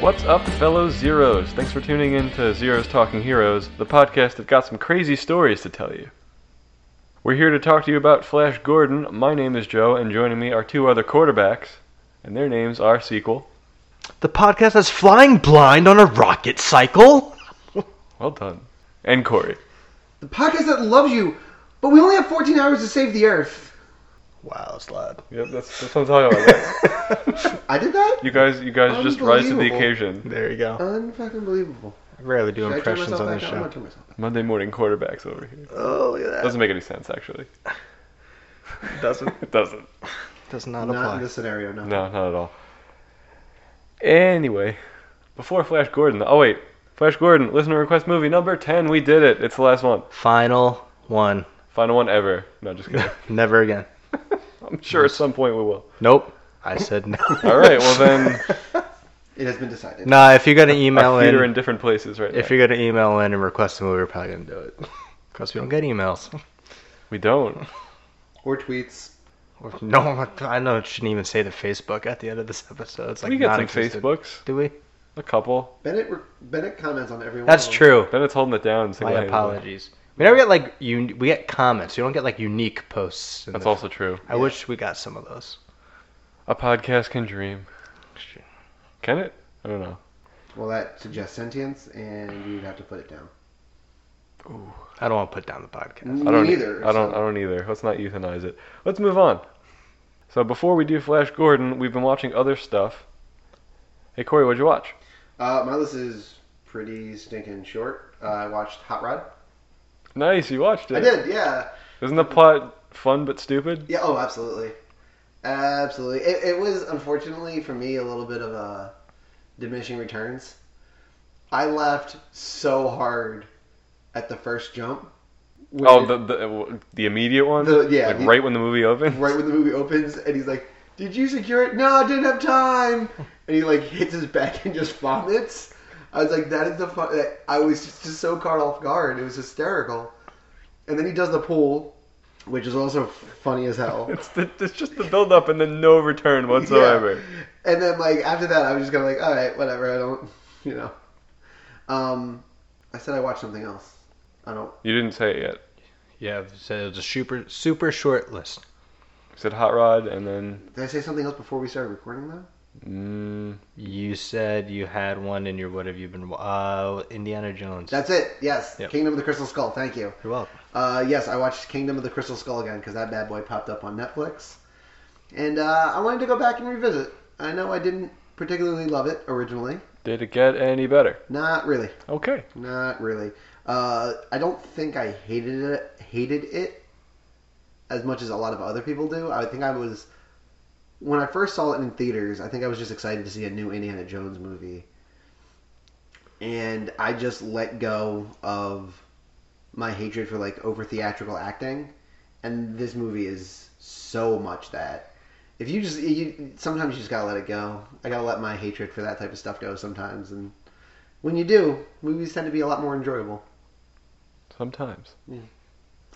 What's up, fellow Zeros? Thanks for tuning in to Zeros Talking Heroes, the podcast that got some crazy stories to tell you. We're here to talk to you about Flash Gordon. My name is Joe, and joining me are two other quarterbacks, and their names are Sequel. The podcast that's flying blind on a rocket cycle. Well done. And Corey. The podcast that loves you, but we only have 14 hours to save the Earth. Wow, that's loud. Yep, that's, that's what I'm talking about. guys. I did that? You guys, you guys just rise to the Unbelievable. occasion. There you go. Unfucking believable. I rarely do Should I turn impressions on myself back this on? I'm gonna show. turn myself back. Monday morning quarterbacks over here. Oh, look at Doesn't make any sense, actually. that. Doesn't It doesn't. does not Not apply. in this scenario, no. No, not at all. Anyway, before Flash Gordon. Oh wait, Flash Gordon listener request movie number ten. We did it. It's the last one, Final one. final one ever. No, just kidding. Never again. I'm sure at some point we will. Nope. I said no. All right. Well then, It has been decided. Nah, if you're gonna email our feet are in in, different places right if now. you're gonna email in and request a movie, we're probably gonna do it. Cause we don't get emails. We don't. Or tweets. Or- No, I know it shouldn't even say the Facebook at the end of this episode. It's like we get some non-existent. Facebooks. Do we? A couple. Bennett re- Bennett comments on everyone. That's true. Bennett's holding it down. My single-handedly. apologies. We never get like un- we get comments. You don't get like unique posts. in That's the- also true. I wish we got some of those. A podcast can dream. Can it? I don't know. Well, that suggests sentience, and you'd have to put it down. I don't want to put down the podcast. I don't e- Me neither. I don't. I so- don't either. Let's not euthanize it. Let's move on. So before we do Flash Gordon, we've been watching other stuff. Hey Corey, what'd you watch? Uh, my list is pretty stinking short. Uh, I watched Hot Rod. Nice, you watched it. I did, yeah. Isn't the plot fun but stupid? Yeah, oh, absolutely. Absolutely. It, it was, unfortunately, for me, a little bit of a diminishing returns. I laughed so hard at the first jump. When Oh, it- the the, the immediate one. The- yeah, Like the- right when the movie opens. right when the movie opens, and he's like, Did you secure it? No, I didn't have time. And he, like, hits his back and just vomits. I was like, That is the fun. that- I was just, just so caught off guard. It was hysterical. And then he does the pool, which is also funny as hell. It's the, it's just the build up and then no return whatsoever. And then like after that, I was just kind of like, all right, whatever. I don't, you know. Um, I said I watched something else. I don't. You didn't say it yet. Yeah, so it was a super super short list. You said Hot Rod and then Did I say something else before we started recording though? mm, You said you had one in your what have you been? wa- Uh, Indiana Jones. That's it. Yes, Yep. Kingdom of the Crystal Skull. Thank you. You're welcome. Uh, yes, I watched Kingdom of the Crystal Skull again because that bad boy popped up on Netflix, and uh, I wanted to go back and revisit. I know I didn't particularly love it originally. did it get any better? Not really. Okay. Not really. Uh, I don't think I hated it. Hated it as much as a lot of other people do. I think I was when I first saw it in theaters. I think I was just excited to see a new Indiana Jones movie, and I just let go of my hatred for like over theatrical acting. And this movie is so much that. If you just you sometimes you just gotta let it go. I gotta let my hatred for that type of stuff go sometimes, and when you do, movies tend to be a lot more enjoyable. Sometimes.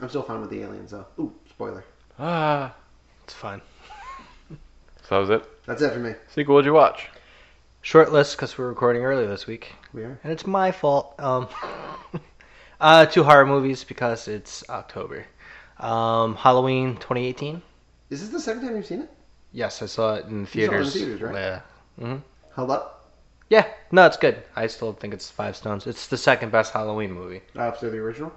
I'm still fine with the aliens, though. Ooh, spoiler. Ah. It's fine. So that was it. That's it for me. Sequel, what'd you watch? Short list because we're recording early this week, We are. and it's my fault. Um, uh, two horror movies because it's October. Um, Halloween 2018. Is this the second time you've seen it? Yes, I saw it in saw it in theaters. theaters, right? Yeah. Held up? Yeah, no, it's good. I still think it's Five Stones. It's the second best Halloween movie. After Uh, the original?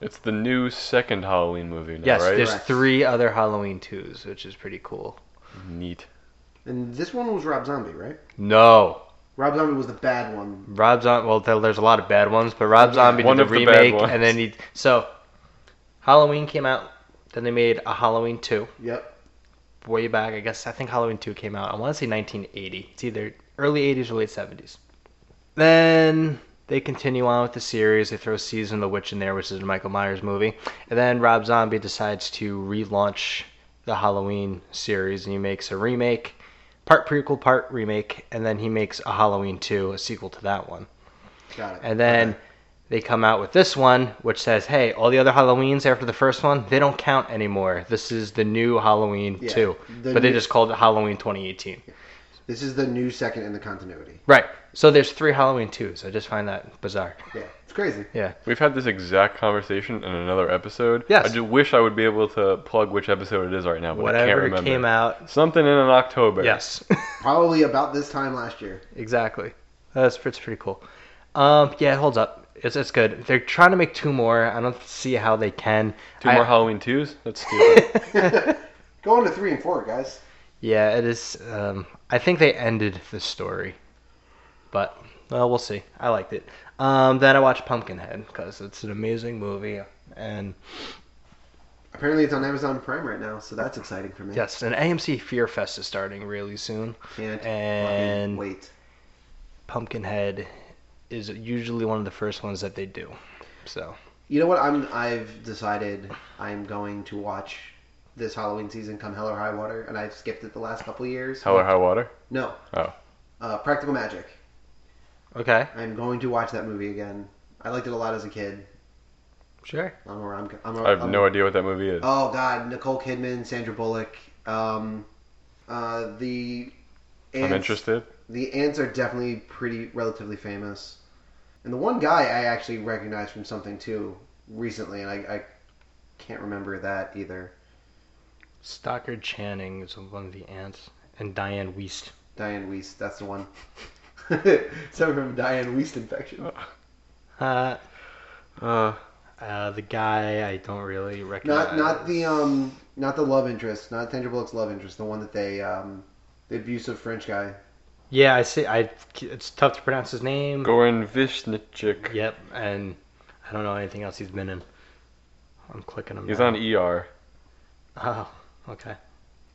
It's the new second Halloween movie now, yes, right? there's Correct. three other Halloween twos, which is pretty cool. Neat. And this one was Rob Zombie, right? No, Rob Zombie was the bad one. Rob Zombie. Well, there- there's a lot of bad ones, but Rob Zombie One did of the the bad remake, ones. and then he. So, Halloween came out. Then they made a Halloween two Yep. way back. I guess I think Halloween two came out. I want to say 1980. It's either early 80s or late 70s. Then they continue on with the series. They throw Season of the Witch in there, which is a Michael Myers movie. And then Rob Zombie decides to relaunch the Halloween series and he makes a remake, part prequel, part remake, and then he makes a Halloween 2, a sequel to that one. Got it. And then Okay. they come out with this one, which says, hey, all the other Halloweens after the first one, they don't count anymore. This is the new Halloween Yeah, 2. the but they new- just called it Halloween 2018. This is the new second in the continuity. Right. So there's three Halloween twos. I just find that bizarre. Yeah, it's crazy. We've had this exact conversation in another episode. Yes. I do wish I would be able to plug which episode it is right now, but I can't Whatever remember. came out. Something in an October. Yes. Probably about this time last year. exactly. That's it's pretty cool. Um, yeah, it holds up. It's it's good. They're trying to make two more. I don't see how they can. Two I- more Halloween twos? That's stupid. Going to three and four, guys. Yeah, it is. Um, I think they ended the story, but well, we'll see. I liked it. Um, then I watched Pumpkinhead because it's an amazing movie, and Apparently, it's on Amazon Prime right now, so that's exciting for me. yes, an AMC Fear Fest is starting really soon. Can't And- fucking wait. Pumpkinhead is usually one of the first ones that they do. So You know what? I'm. I've decided I'm going to watch this Halloween season, come hell or high water, and I've skipped it the last couple of years. Hell or High Water? No. Oh. Uh, Practical Magic. okay, I'm going to watch that movie again. I liked it a lot as a kid. sure. I'm where I'm. I'm I have I'm- no idea what that movie is. Oh God, Nicole Kidman, Sandra Bullock. Um, uh, the I'm ants- interested. The ants are definitely pretty relatively famous, and the one guy I actually recognized from something too recently, and I, I can't remember that either. Stockard Channing is one of the ants, and Diane Wiest. Diane Weiss, that's the one. Something from Diane Weiss infection. Uh, Uh, uh, the guy I don't really recognize. Not not the um not the love interest, not Sandra Bullock's love interest, the one that they um the abusive French guy. Yeah, I see. I it's tough to pronounce his name. Goran Vishnichik. Yep, and I don't know anything else he's been in. I'm clicking him. He's now. on ER. Oh, okay.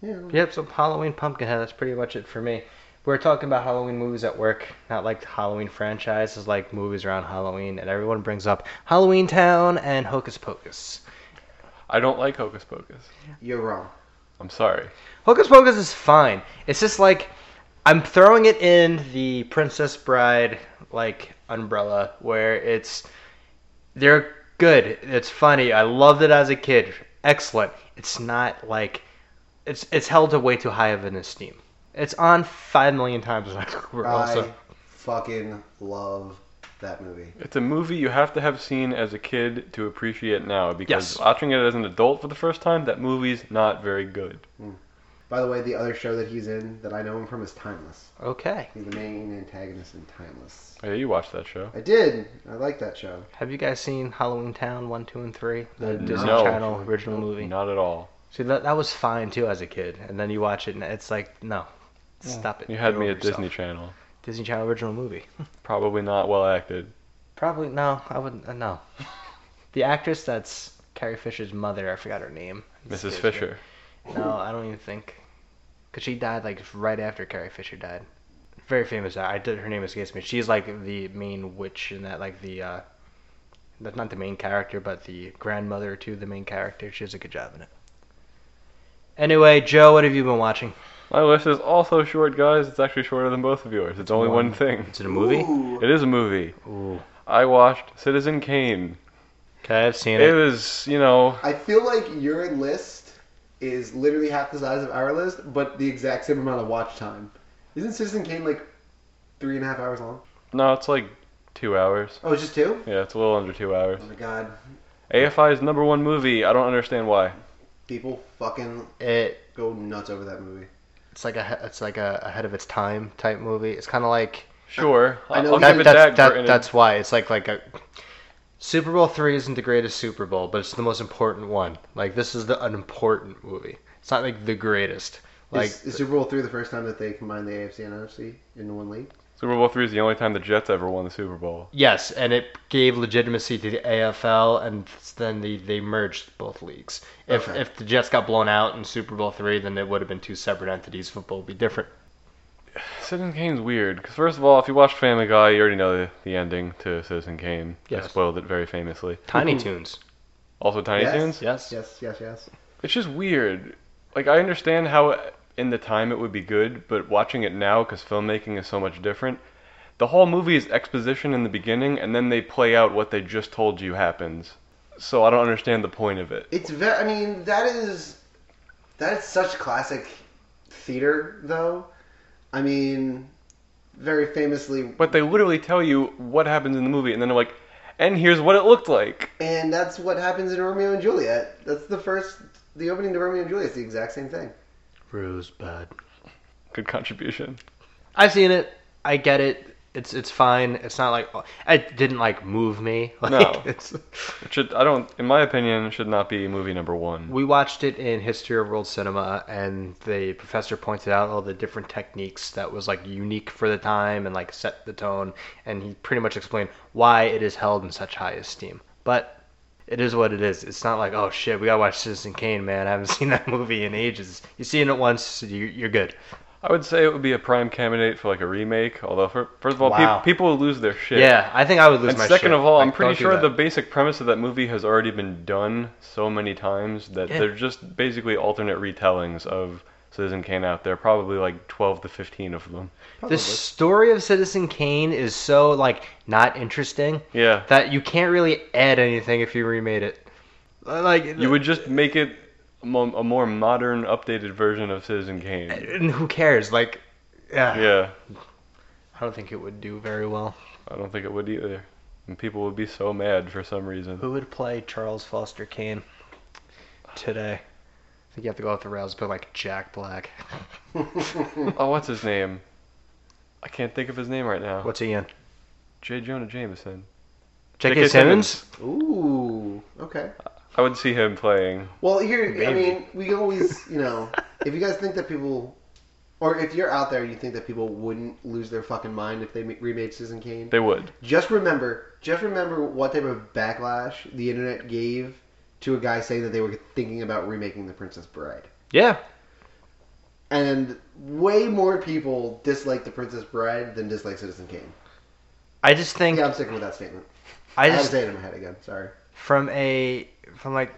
Yeah. Yep. So Halloween Pumpkinhead. That's pretty much it for me. We were talking about Halloween movies at work, not like Halloween franchises, like movies around Halloween, and everyone brings up Halloween Town and Hocus Pocus. I don't like Hocus Pocus. You're wrong. I'm sorry. Hocus Pocus is fine. It's just like I'm throwing it in the Princess Bride like umbrella where it's they're good. It's funny. I loved it as a kid. Excellent. It's not like it's it's held to way too high of an esteem. It's on five million times on Hulu, I so- fucking love that movie. It's a movie you have to have seen as a kid to appreciate now because Yes. watching it as an adult for the first time, that movie's not very good. By the way, the other show that he's in that I know him from is Timeless. Okay. He's the main antagonist in Timeless. Oh, yeah, you watched that show. I did. I like that show. Have you guys seen Halloween Town one, two, and three? The Disney Uh, No. Channel original movie. Not at all. See that that was fine too as a kid, and then you watch it and it's like no, stop it. You had Get me over at Disney yourself. Channel. Disney Channel original movie. Probably not well acted. Probably no, I wouldn't. Uh, no, the actress that's Carrie Fisher's mother. I forgot her name. Mrs. Excuse me. Fisher. No, I don't even think, cause she died like right after Carrie Fisher died. Very famous. I did. Her name escapes me. She's like the main witch in that, like the, uh, that's not the main character, but the grandmother to the main character. She does a good job in it. Anyway, Joe, what have you been watching? My list is also short, guys. It's actually shorter than both of yours. It's only one, one. thing. Is it a movie? Ooh. It is a movie. Ooh. I watched Citizen Kane. Okay, I've seen It it. was, you know, I feel like your list is literally half the size of our list, but the exact same amount of watch time. Isn't Citizen Kane like three and a half hours long? no, it's like two hours. Oh, it's just two? Yeah, it's a little under two hours. Oh my god. AFI's number one movie. I don't understand why. People fucking It go nuts over that movie. it's like a it's like a ahead of its time type movie. It's kind of like Sure, I know I'll that- give it that's that. that- Brittany. that's why it's like like a Super Bowl three isn't the greatest Super Bowl, but it's the most important one. Like this is the an important movie. It's not like the greatest. Like is, is Super Bowl three the first time that they combined the AFC and NFC into one league? Super Bowl three is the only time the Jets ever won the Super Bowl. yes, and it gave legitimacy to the AFL, and then they, they merged both leagues. If Okay. if the Jets got blown out in Super Bowl three, then it would have been two separate entities. Football would be different. Citizen Kane's weird because first of all, if you watched Family Guy, you already know the, the ending to Citizen Kane. I Yes. spoiled it very famously. Tiny Toons. Also, Tiny Yes. Toons. Mm-hmm. Yes. Yes, yes, yes. It's just weird. Like I understand how in the time it would be good, but watching it now because filmmaking is so much different. The whole movie is exposition in the beginning, and then they play out what they just told you happens. So I don't understand the point of it. It's very. I mean, that is that is such classic theater, though. I mean, very famously, But they literally tell you what happens in the movie, and then they're like, and here's what it looked like. and that's what happens in Romeo and Juliet. That's the first, the opening to Romeo and Juliet is the exact same thing. Rosebud. Good contribution. I've seen it. I get it. It's it's fine. It's not like it didn't like move me. Like, No. It's, It should I don't in my opinion it should not be movie number one. we watched it in History of World Cinema, and the professor pointed out all the different techniques that was like unique for the time and like set the tone. And he pretty much explained why it is held in such high esteem. But it is what it is. It's not like oh shit, we gotta watch Citizen Kane, man. I haven't seen that movie in ages. You've seen it once, you- you're good. I would say it would be a prime candidate for like a remake. Although for, first of all, Wow. peop people would lose their shit. Yeah, I think I would lose And my. second shit. of all, I'm Like, pretty don't do sure that. the basic premise of that movie has already been done so many times that Yeah. they're just basically alternate retellings of Citizen Kane out there. Probably like 12 to 15 of them. The story of Citizen Kane is so like not interesting Yeah, that you can't really add anything if you remade it. Uh, Like you would just make it a mo- a more modern, updated version of Citizen Kane. uh, and who cares? Like, yeah, Yeah, I don't think it would do very well. I don't think it would either. And people would be so mad for some reason. Who would play Charles Foster Kane today? I think you have to go off the rails, but like Jack Black. Oh, what's his name? I can't think of his name right now. What's he in? J. Jonah Jameson. J.K. J.K. Simmons? Ooh, okay. I would see him playing. Well, here, I Maybe. mean, we always, you know, if you guys think that people, or if you're out there and you think that people wouldn't lose their fucking mind if they ma- remade Citizen Kane, They would. just remember, just remember what type of backlash the internet gave to a guy saying that they were thinking about remaking The Princess Bride. Yeah, And way more people dislike The Princess Bride than dislike Citizen Kane. I just think Yeah, I'm sticking with that statement. I I, have just to say it in my head again. Sorry. from a from like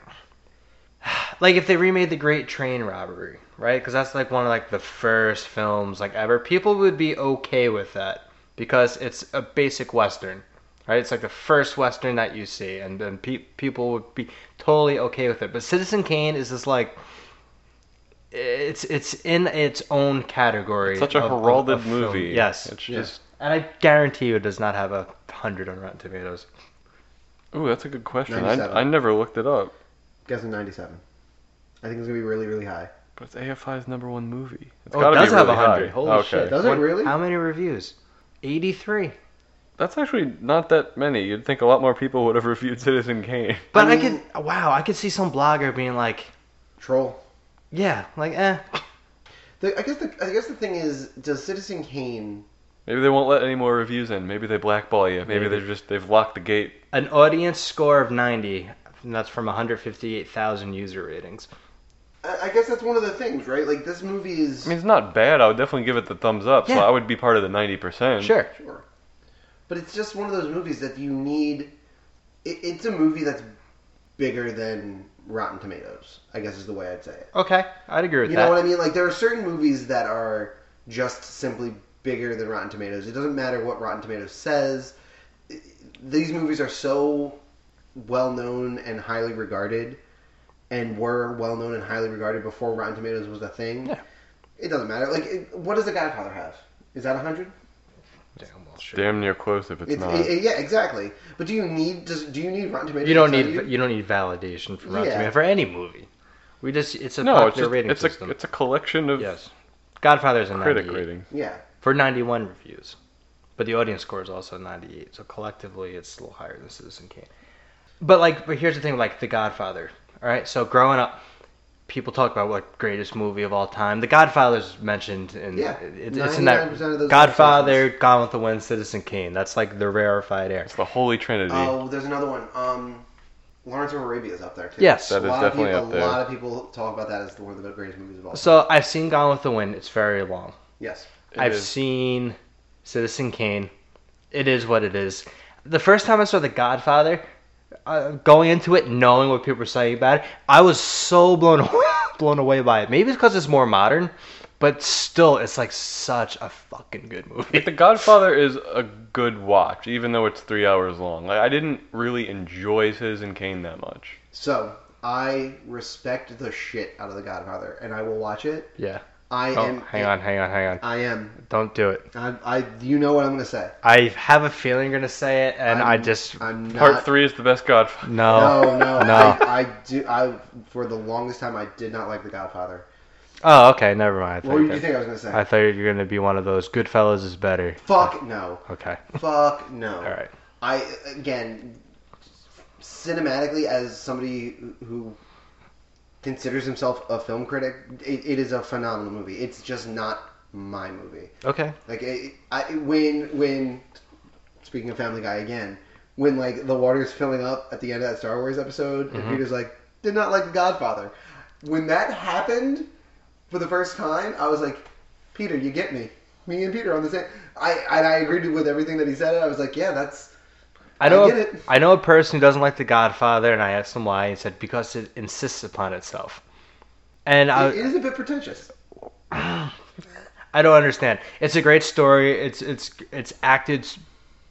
like if they remade the great train robbery right because that's like one of like the first films like ever people would be okay with that because it's a basic western right it's like the first western that you see and then pe- people would be totally okay with it but citizen kane is just like it's it's in its own category Such a of- of- heralded of film. movie. yes It's Yeah. just. and i guarantee you it does not have a hundred on rotten tomatoes Ooh, that's a good question. I, 97. I never looked it up. Guessing 97. I think it's going to be really, really high. But it's AFI's number one movie. It's Oh, it gotta does be have really 100. high. Holy okay. shit. Does it What- really? How many reviews? 83. That's actually not that many. You'd think a lot more people would have reviewed Citizen Kane. But I mean- could, wow, I could see some blogger being like, Troll. yeah, like, eh. The, I guess the I guess the thing is, does Citizen Kane? Maybe they won't let any more reviews in. Maybe they blackball you. Maybe, Maybe. they're just they've locked the gate. An audience score of 90, and that's from 158,000 user ratings. I, I guess that's one of the things, right? Like this movie is I mean, it's not bad. I would definitely give it the thumbs up. So Yeah. I would be part of the ninety percent. Sure. sure, but it's just one of those movies that you need. It, it's a movie that's bigger than Rotten Tomatoes. I guess is the way I'd say it. Okay, I'd agree with You that. know what I mean? Like there are certain movies that are just simply bigger than Rotten Tomatoes. It doesn't matter what Rotten Tomatoes says. I- These movies are so well known and highly regarded, and were well known and highly regarded before Rotten Tomatoes was a thing. Yeah. It doesn't matter. Like, it, what does The Godfather have? Is that hundred? Damn, well, sure. Damn near close if it's, It's, not. it- it- yeah, exactly. But do you need does, do you need Rotten Tomatoes? You don't to tell need you? don't need validation from Rotten Yeah. Tomatoes for any movie. We just it's a no, popular it's just, rating it's system. a it's a collection of yes, Godfather's a critic 98 rating. Yeah. for 91 reviews, but the audience score is also 98. So collectively, it's a little higher than Citizen Kane. But like, but here's the thing, like The Godfather. All right, so growing up, people talk about what greatest movie of all time. The Godfather's mentioned, and Yeah, it's, it's in that 99% of those Godfather, Gone with the Wind, Citizen Kane. That's like the rarefied air. It's the holy trinity. Oh, there's another one. Um, Lawrence of Arabia is up there too. Yes. That a is lot definitely of people, up there. A lot of people talk about that as one of the greatest movies of all. time. So I've seen Gone with the Wind. It's very long. yes, It I've is. seen Citizen Kane. It is what it is. The first time I saw The Godfather, uh, going into it knowing what people were saying about it, I was so blown away, blown away by it. Maybe it's because it's more modern, but still, it's like such a fucking good Like, movie. The Godfather is a good watch, even though it's three hours long. Like I didn't really enjoy Citizen Kane that much. So I respect the shit out of The Godfather, and I will watch it. Yeah, I Oh, am. hang on, hang on, hang on. I am. Don't do it. I, I. You know what I'm gonna say. I have a feeling you're gonna say it, and i I'm- just I'm not. Part three is the best Godfather. no. No, no, Oh, No. I, I do. I for the longest time I did not like The Godfather. Oh, okay, never mind. I thought What you did you think I was gonna say? I thought you were gonna be one of those. Goodfellas is better. Fuck no. Okay. Fuck no. All right. I again, cinematically, as somebody who- who considers himself a film critic, it, it is a phenomenal movie. It's just not my movie. Okay. Like it, I, when when speaking of Family Guy again, when like the water's filling up at the end of that Star Wars episode, and Peter's like, did not like The Godfather. When that happened for the first time, I was like, Peter, you get me. Me and Peter on the same. I and I agreed with everything that he said. And I was like, yeah, that's I know. I I, get it. I know a person who doesn't like The Godfather, and I asked him why. He said because it insists upon itself. And I, it is a bit pretentious. I don't understand. It's a great story. It's it's it's acted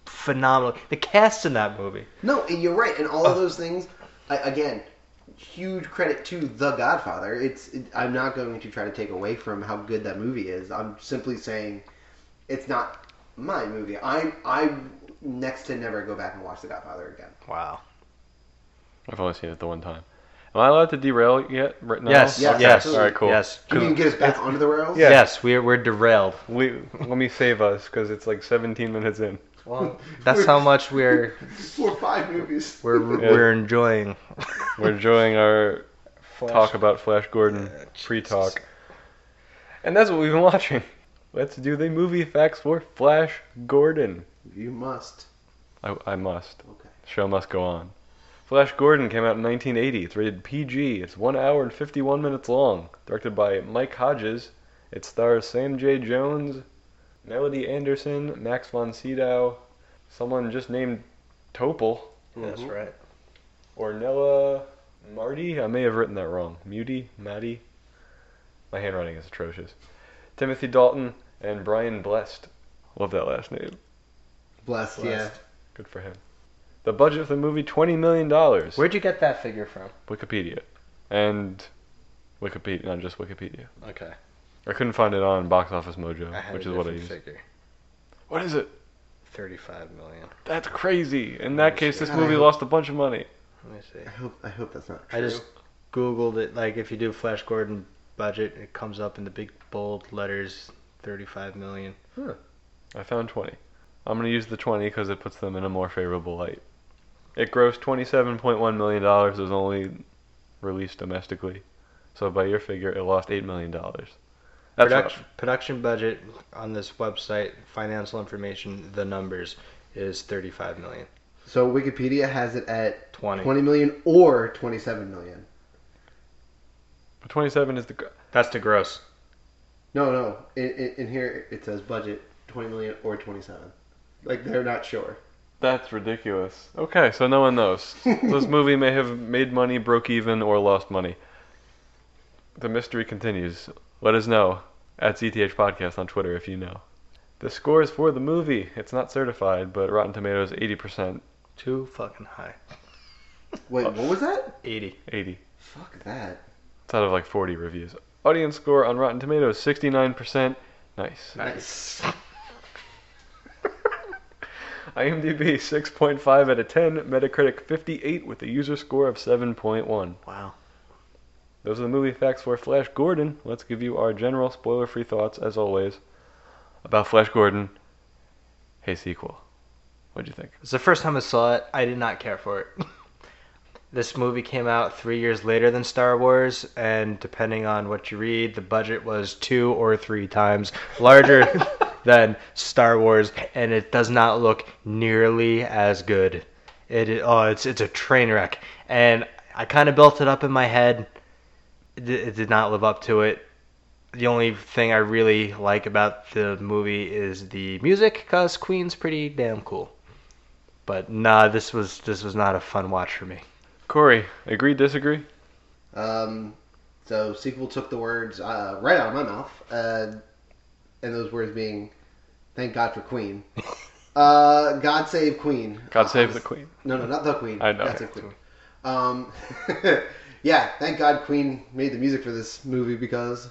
phenomenally. The cast in that movie. No, and you're right. And all of those things, I, again, huge credit to The Godfather. It's it, I'm not going to try to take away from how good that movie is. I'm simply saying it's not my movie. I I next to never go back and watch The Godfather again. Wow. I've only seen it the one time. Am I allowed to derail yet? Right now? Yes. Yes, Yes. absolutely. All right, cool. Yes. You can get us back onto the rails. Yeah. Yes. We're we're derailed. We, let me save us because it's like 17 minutes in. Well, that's how much we're Four five movies. we're Yeah. we're enjoying. We're enjoying our Flash. talk about Flash Gordon pre-talk, and that's what we've been watching. Let's do the movie facts for Flash Gordon. you must. I, I must. Okay. Show must go on. Flash Gordon came out in 1980. It's rated PG. It's one hour and 51 minutes long. Directed by Mike Hodges. It stars Sam J. Jones, Melody Anderson, Max von Sydow, someone just named Topol, That's Mhm. right. Ornella Marty. I may have written that wrong. Muti, Matty. My handwriting is atrocious. Timothy Dalton and Brian Blessed. Love that last name. Blessed, yeah. Blessed. Good for him. The budget of the movie twenty million dollars. Where'd you get that figure from? Wikipedia, and Wikipedia, not just Wikipedia. Okay. I couldn't find it on Box Office Mojo, I had which a is what I different use. Figure. What is it? Thirty-five million. That's crazy. In that Oh, case, shit. this movie lost a bunch of money. Let me see. I hope I hope that's not. True. I just googled it. Like if you do Flash Gordon budget, it comes up in the big bold letters, thirty-five million. I found twenty. I'm gonna use the twenty because it puts them in a more favorable light. It grossed twenty-seven point one million dollars. It was only released domestically, so by your figure, it lost eight million dollars. That's what- Production, production budget on this website, financial information, the numbers is thirty-five million. so Wikipedia has it at Twenty. twenty million or twenty seven million. but twenty-seven is the. gr- That's the gross. No, no. In, in, in here it says budget twenty million or twenty seven. Like they're not sure. That's ridiculous. Okay, so no one knows. this movie may have made money, broke even, or lost money. The mystery continues. Let us know at ZTH Podcast on Twitter if you know. The score is for the movie. It's not certified, but Rotten Tomatoes 80%, Too fucking high. Wait, what was that? Eighty. 80. Fuck that. It's out of like 40 reviews. Audience score on Rotten Tomatoes 69%. Nice. Nice. IMDb 6.5 out of 10. Metacritic 58 with a user score of 7.1. Wow. Those are the movie facts for Flash Gordon. Let's give you our general spoiler free thoughts, as always, about Flash Gordon. Hey, sequel. What'd you think? It's the first time I saw it. I did not care for it. this movie came out three years later than Star Wars, and depending on what you read, the budget was two or three times larger than Star Wars, and it does not look nearly as good. It i- oh, it's it's a train wreck, and I kind of built it up in my head. It, di- it did not live up to it. The only thing I really like about the movie is the music, cause Queen's pretty damn cool. But nah, this was this was not a fun watch for me. Corey, agree, disagree? Um, so sequel took the words uh, right out of my mouth, uh, and those words being, "Thank God for Queen." Uh, God save Queen. God Uh, save the Queen. No, no, not the Queen. I know. God save Queen. Um, yeah, thank God Queen made the music for this movie because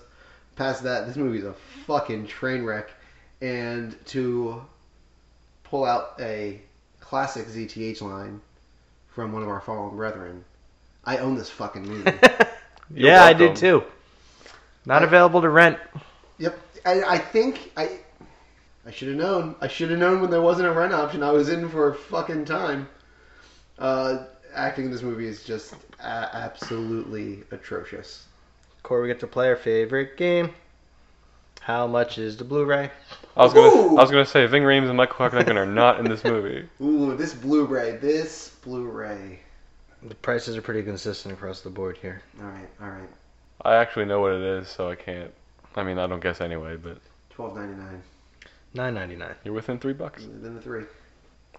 past that, this movie's a fucking train wreck. And to pull out a classic ZTH line from one of our fallen brethren, I own this fucking movie. You're yeah, I welcome. do too. Not available to rent. yep. I, I think I. I should have known. I should have known when there wasn't a rent option. I was in for a fucking time. Uh, acting in this movie is just a- absolutely atrocious. Corey, we get to play our favorite game. How much is the Blu-ray? I was gonna, Ooh. I was gonna say Ving Rhames and Michael Cocknaghan are not in this movie. Ooh, this Blu-ray. This Blu-ray. The prices are pretty consistent across the board here. All right, all right. I actually know what it is, so I can't. I mean, I don't guess anyway, but Twelve ninety nine. Nine ninety nine. you're within three bucks. Then the three.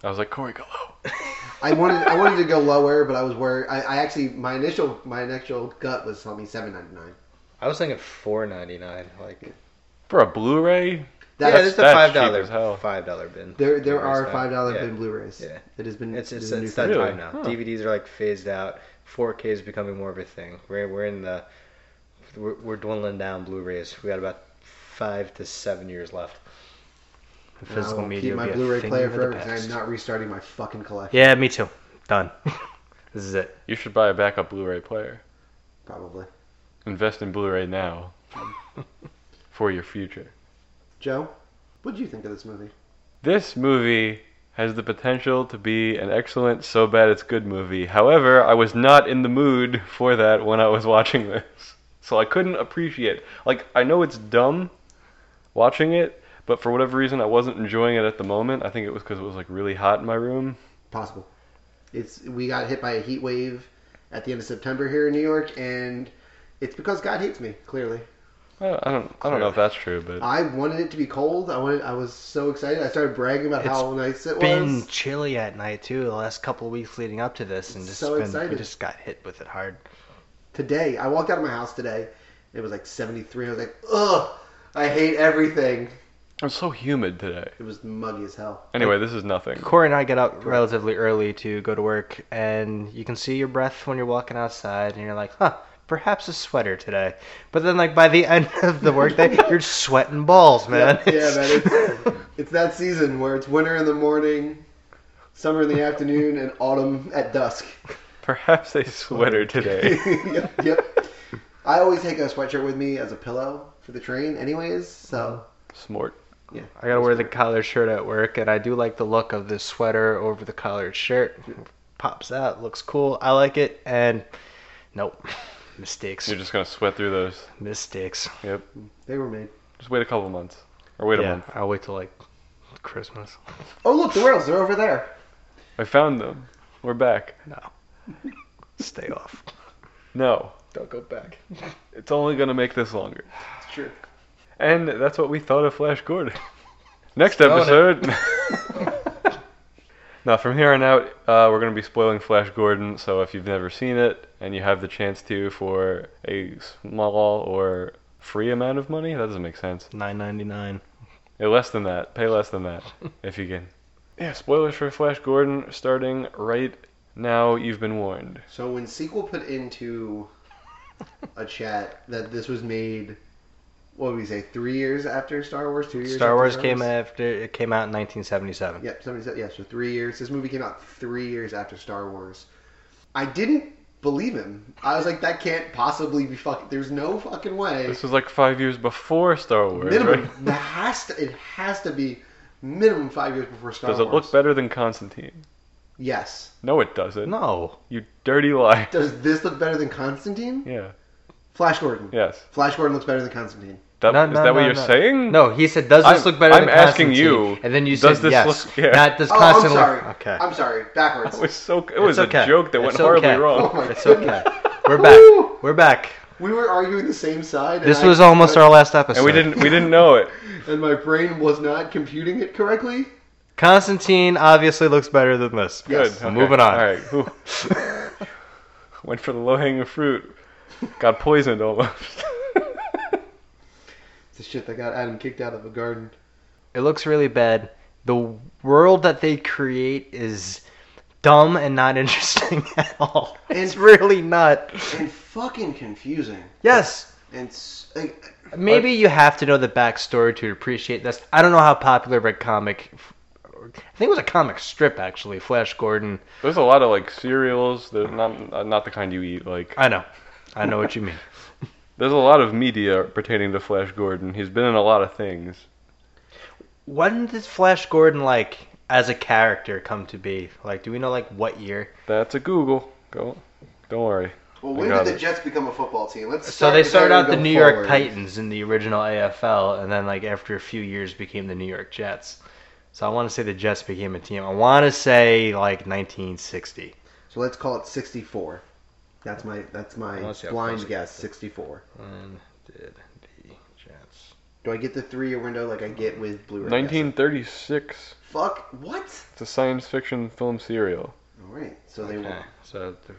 I was like, Corey, go low. I wanted I wanted to go lower, but I was worried. I, I actually my initial my initial gut was something seven ninety nine. I was thinking four ninety nine. Like For a Blu-ray, yeah, That there's is- the that's five cheap dollar as hell. five dollar bin. there there Blu-rays are now. five dollar Yeah. bin Blu-rays. Yeah. it has been It's it it's, is a new it's that thing. Really? time now. Huh. DVDs are like phased out. 4K is becoming more of a thing. We're we're in the we're, we're dwindling down Blu-rays. We got about five to seven years left. The And I will keep my will be a Blu-ray thing player of the forever because past. I'm not restarting my fucking collection. Yeah, me too. Done. this is it. you should buy a backup Blu-ray player. Probably. Invest in Blu-ray now for your future. Joe, what do you think of this movie? This movie has the potential to be an excellent, so bad it's good movie. However, I was not in the mood for that when I was watching this. So I couldn't appreciate. Like, I know it's dumb watching it, but for whatever reason, I wasn't enjoying it at the moment. I think it was because it was, like, really hot in my room. Possible. It's we got hit by a heat wave at the end of September here in New York, and it's because God hates me. Clearly, I I don't, I don't know if that's true, but I wanted it to be cold. I wanted. I was so excited. I started bragging about It's how nice it was. Been chilly at night too. The last couple of weeks leading up to this, and just So been, we excited. just got hit with it hard. today. I walked out of my house today. It was like 73. I was like, ugh, I hate everything. I'm so humid today. It was muggy as hell. Anyway, this is nothing. Corey and I get up relatively early to go to work, and you can see your breath when you're walking outside, and you're like, huh, perhaps a sweater today. But then, like, by the end of the workday, you're sweating balls, man. Yeah, yeah, man. It's, it's that season where it's winter in the morning, summer in the afternoon, and autumn at dusk. Perhaps a sweater today. yep, yep. I always take a sweatshirt with me as a pillow for the train, anyways. So Smart. I gotta wear the collared shirt at work, and I do like the look of this sweater over the collared shirt. Pops out, looks cool. I like it, and nope. Mistakes. You're just going to sweat through those. Mistakes. they were made. Just wait a couple months. Or wait a yeah, month. I'll wait till like Christmas. Oh, look, the whales, they're over there. I found them. We're back. Stay off. No. Don't go back. It's only going to make this longer. It's true. And that's what we thought of Flash Gordon. Next Throwing it. episode. now, from here on out, uh, we're going to be spoiling Flash Gordon. So if you've never seen it and you have the chance to for a small or free amount of money, that doesn't make sense. Nine ninety nine. Yeah, less than that. Pay less than that if you can. Yeah, spoilers for Flash Gordon starting right now. You've been warned. So when sequel put into a chat that this was made, what would we say, three years after Star Wars, two years. Star after Wars came after it came out in 1977. Yep, somebody said yeah. So three years. This movie came out three years after Star Wars. I didn't believe him. I was like, that can't possibly be fucking. There's no fucking way. This was like five years before Star Wars. minimum. right? That has to. It has to be minimum five years before Star Does Wars. it look better than Constantine? Yes. No, it doesn't. No, You dirty lie. Does this look better than Constantine? Yeah. Flash Gordon. Yes. Flash Gordon looks better than Constantine. That, No, is no, that what no, you're no. saying? no. He said, "Does this I'm- look better?" I'm than asking Constantine?" you, and then you does said, this "Yes." look- yeah. Not does Oh, I'm Constantine sorry. look- Okay, I'm sorry. It Backwards. was so. It was It's okay. a joke that went It's horribly okay. wrong. Oh my it's okay. goodness. We're back. We're back. We were arguing the same side. and This I- was almost our last episode. And we didn't. We didn't know it. And my brain was not computing it correctly. Constantine obviously looks better than this. Good. Yes. okay. Moving on. All right. Whew. Went for the low hanging fruit. Got poisoned almost. It's the shit that got Adam kicked out of a garden. It looks really bad. The world that they create is dumb and not interesting at all. It's And- really not. And fucking confusing. Yes. And s- like, Maybe you have to know the backstory to appreciate this. I don't know how popular of a comic. I think it was a comic strip actually. Flash Gordon. There's a lot of like cereals. They're not uh, not the kind you eat. Like I know, I know what you mean. there's a lot of media pertaining to Flash Gordon. He's been in a lot of things. When did Flash Gordon like as a character come to be? Like, do we know like what year? That's a Google. Go. Don't worry. well, I when got did the it. Jets become a football team? Let's So they there started and out the go New York forward. Titans in the original AFL, and then like after a few years became the New York Jets. So I want to say the Jets became a team. I want to say like 1960. So let's call it 64. That's my that's my Let's see how close blind it guess. is. 64. When did the Jets? Do I get the three year window like I get with Blu-ray? 1936. Fuck what? It's a science fiction film serial. All right. So they Okay, won. so the,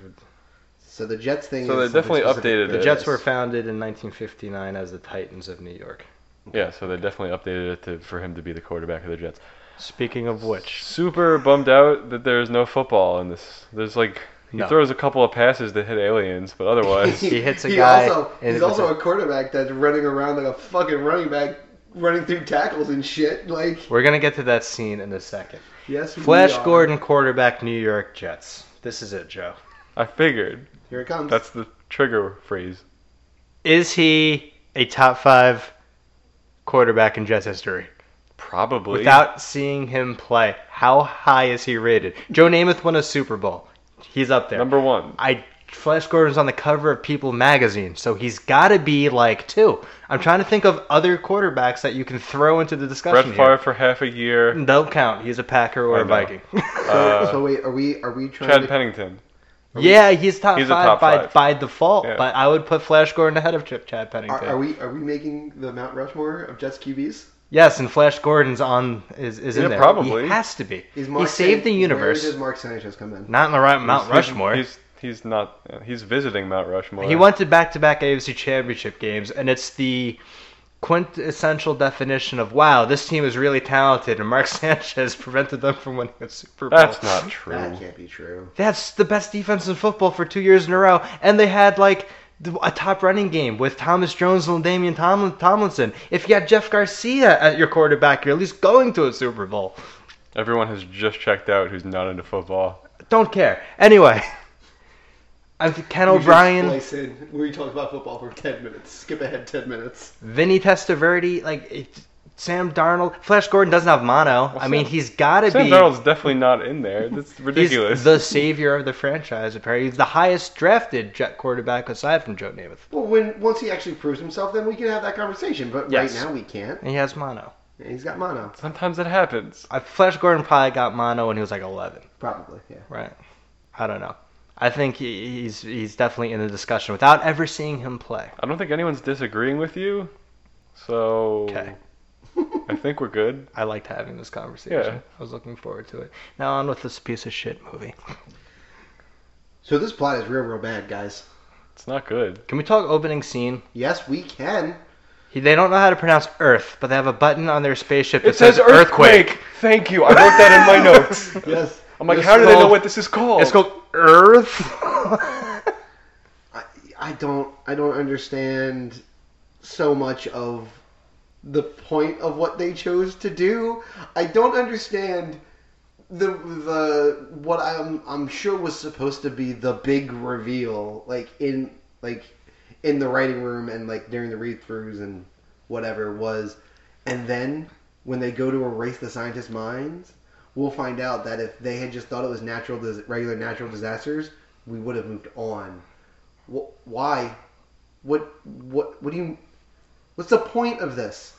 So the Jets thing. So is they something definitely specific. updated the it Jets were founded in 1959 as the Titans of New York. Yeah, so they definitely updated it to, for him to be the quarterback of the Jets. Speaking of which, Super bummed out that there's no football in this. There's like he No. throws a couple of passes that hit aliens, but otherwise He hits a guy Also, and he's it's also a like- quarterback that's running around like a fucking running back, running through tackles and shit. Like we're gonna get to that scene in a second. yes, we Flash are. Gordon, quarterback, New York Jets. This is it, Joe. I figured Here it comes. that's the trigger phrase. Is he a top five quarterback in Jets history? Probably Without seeing him play, how high is he rated? Joe Namath won a Super Bowl. He's up there. number one. I Flash Gordon's on the cover of People magazine, so he's got to be like two. I'm trying to think of other quarterbacks that you can throw into the Brett discussion. Favre for half a year. here. Don't count. He's a Packer or I a know. Viking. so, Uh, so wait, are we are we trying Chad to? Pennington. yeah, he's top He's a five top by five. by default, Yeah. but I would put Flash Gordon ahead of Chip Chad Pennington. are, are we are we making the Mount Rushmore of Jets QBs? Yes, and Flash Gordon's on is is Yeah, in there. probably. he has to be. Is he saved the San- universe. Where does Mark Sanchez come in? Not in the right Mount He's- Rushmore. He's he's not. uh, He's visiting Mount Rushmore. He went to back-to-back AFC Championship games, and it's the quintessential definition of wow, this team is really talented, and Mark Sanchez prevented them from winning a Super Bowl. That's not true. That can't be true. That's the best defense in football for two years in a row, and they had like th- a top running game with Thomas Jones and Damian Tomlin- Tomlinson. If you had Jeff Garcia at your quarterback, you're at least going to a Super Bowl. Everyone has just checked out who's not into football. Don't care. Anyway, I'm Ken O'Brien. We talked about football for ten minutes. Skip ahead ten minutes. Vinny Testaverde, like it, Sam Darnold, Flash Gordon doesn't have mono. I Sam- mean, he's got to Sam be Darnold's definitely not in there. That's he's ridiculous. the savior of the franchise. Apparently, he's the highest drafted Jet quarterback aside from Joe Namath, Well, when once he actually proves himself, then we can have that conversation. But Yes. right now we can't. and he has mono. And he's got mono, Sometimes it happens. I, Flash Gordon probably got mono when he was like 11, probably. Yeah. right? I don't know. I think he, he's he's definitely in the discussion without ever seeing him play. I don't think anyone's disagreeing with you. So Okay. I think we're good. I liked having this conversation. Yeah. I was looking forward to it. Now on with this piece of shit movie. So this plot is real, real bad, guys. It's not good. Can we talk opening scene? Yes, we can. He- They don't know how to pronounce Earth, but they have a button on their spaceship that It says earthquake. Thank you. I wrote that in my notes. Yes. I'm like, This how is do they know all- what this is called? It's called Earth. I, I don't. I don't understand so much of the point of what they chose to do. I don't understand the the what I'm I'm sure was supposed to be the big reveal, like in like in the writing room and like during the read throughs and whatever was, and then when they go to erase the scientists' minds, we'll find out that if they had just thought it was natural, dis- regular natural disasters, we would have moved on. Wh- why? What? What? What do you? What's the point of this?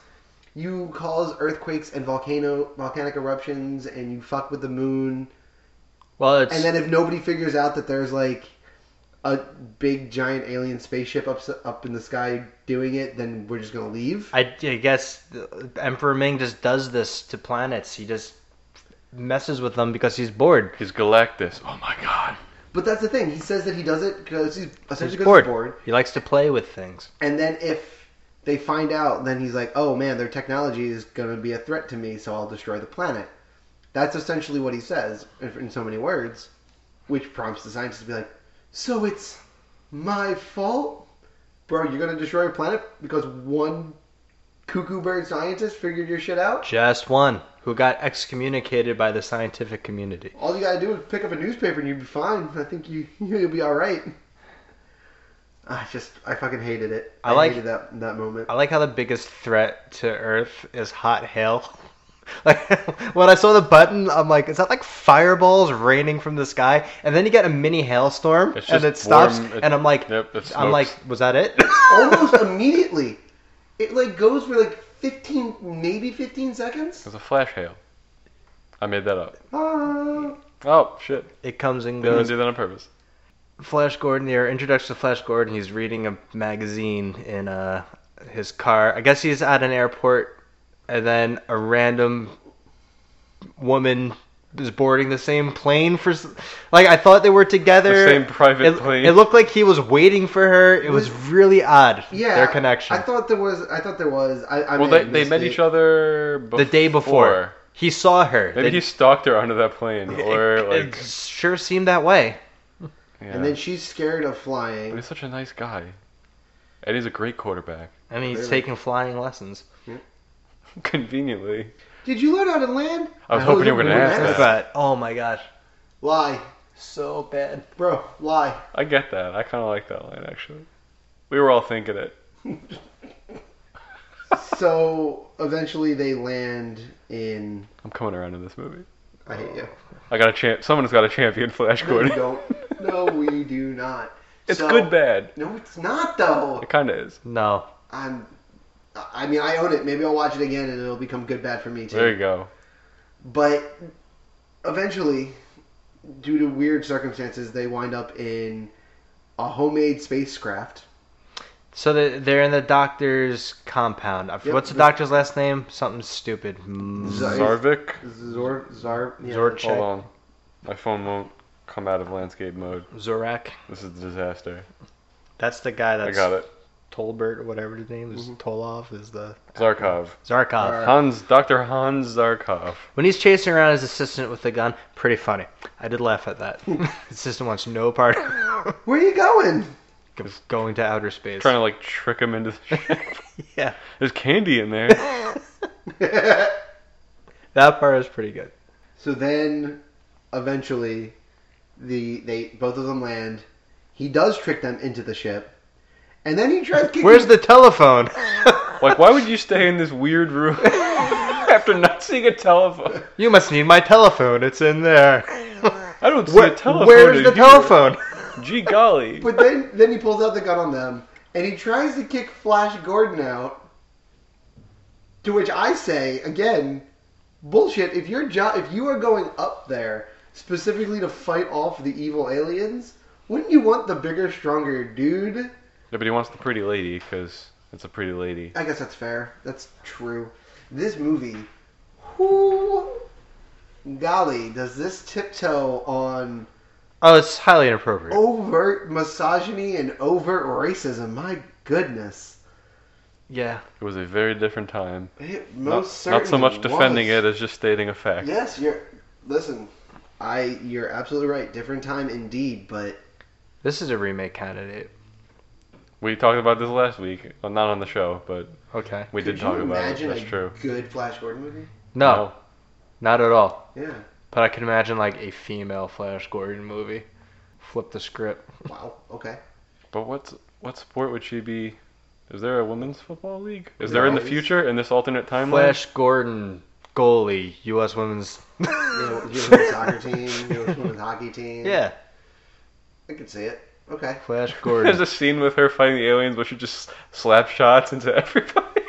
You cause earthquakes and volcano volcanic eruptions, and you fuck with the moon. well, it's And then if nobody figures out that there's like a big giant alien spaceship up s- up in the sky doing it, then we're just gonna leave. I, I guess the- Emperor Ming just does this to planets. He just messes with them because he's bored. He's Galactus. Oh my god. But that's the thing. He says that he does it because he's essentially He's 'cause he's bored. bored. He likes to play with things. And then if they find out, then he's like, "Oh man, their technology is going to be a threat to me, so I'll destroy the planet." That's essentially what he says in in so many words, which prompts the scientists to be like, "So it's my fault? bro, you're gonna destroy your planet because one cuckoo bird scientist figured your shit out. Just one who got excommunicated by the scientific community. All you gotta do is pick up a newspaper and you'll be fine. I think you you'll be all right. Ah, I just I fucking hated it. I like- hated that that moment. I like how the biggest threat to Earth is hot hail. Like when I saw the button, I'm like, is that like fireballs raining from the sky? And then you get a mini hailstorm, It's and just it stops, warm, it- and I'm like, yep, it I'm like, smokes. was that it? Almost immediately, it like goes for like fifteen, maybe fifteen seconds. was a flash hail. I made that up. Ah. Oh shit! It comes and Didn't even goes. do that on purpose. Flash Gordon, your introduction to Flash Gordon, he's reading a magazine in uh, his car. I guess he's at an airport, and then a random woman is boarding the same plane for. s- Like, I thought they were The together. same private it, plane. it looked like he was waiting for her. It was really odd. Yeah, their connection. I thought there was. I thought there was. I, I well, may they, have they missed met it. each other before. the day before, he saw her. Maybe They- he stalked her onto that plane, it- or it like. sure seemed that way. Yeah. And then she's scared of But flying. he's such a nice guy, and he's a great quarterback. I mean, he's Clearly. taking flying lessons. Conveniently, Did you learn how to land? I was hoping you were gonna hoping ask you that. But oh my gosh, Lie, so bad. bro, lie. I get that. I kind of like that line actually. We were all thinking it. so eventually they land in. I'm coming around to this movie. I hate you. I got a champ. Someone's got a champion Flash No, we Gordon. don't. No, we do not. it's So- good bad. No, it's not though. It kind of is. No, I'm. I mean, I own it. Maybe I'll watch it again, and it'll become good bad for me too. There you go. But eventually, due to weird circumstances, they wind up in a homemade spacecraft. So they- they're in the doctor's compound. I- Yep, What's the the- doctor's last name? Something stupid. Mm, Zar- Zarvik. Zor Zar yeah. Zorchek. Hold on. My phone won't come out of landscape mode. Zorak. This is a disaster. That's the guy that's I got it. Tolbert or whatever his name Mm-hmm. is. Tolov is the Zarkov. Zarkov. Zarkov. Uh, Hans, Dr. Hans Zarkov. When he's chasing around his assistant with the gun, pretty funny. I did laugh at that. his assistant wants no part of Where are you going? going to outer space. Trying to like trick him into the ship. yeah. There's candy in there. That part was pretty good. so then, eventually, the they both of them land. He does trick them into the ship, and then he tries kicking. Where's the telephone? Like, why would you stay in this weird room after not seeing a telephone? You must need my telephone. It's in there. I don't see Where- a telephone. where's in the here. telephone? Gee golly. But then then he pulls out the gun on them, and he tries to kick Flash Gordon out. To which I say again, bullshit. If your job, if you are going up there specifically to fight off the evil aliens, wouldn't you want the bigger, stronger dude? Yeah, but he wants the pretty lady because it's a pretty lady. I guess that's fair. That's true. This movie, whoo, golly, does this tiptoe on Oh, it's highly inappropriate. Oh. overt misogyny and overt racism? My goodness, Yeah. It was a very different time. it Not, most not so certainly much defending was. it as just stating a fact. Yes, you're. Listen, I you're absolutely right. Different time indeed, but This is a remake candidate. We talked about this last week. Well, not on the show, but Okay. we could did you talk about it. imagine That's a true. good Flash Gordon movie? No, not at all. Yeah. But I can imagine like a female Flash Gordon movie. Flip the script. Wow. Okay. But what's what sport would she be? Is there a women's football league? Is there in the No. future in this alternate timeline? Flash Gordon goalie, U.S. women's. You know, you have a soccer team, you have a women's hockey team. yeah, I could see it. Okay. Flash There's Gordon. a scene with her fighting the aliens, where she just slap shots into everybody.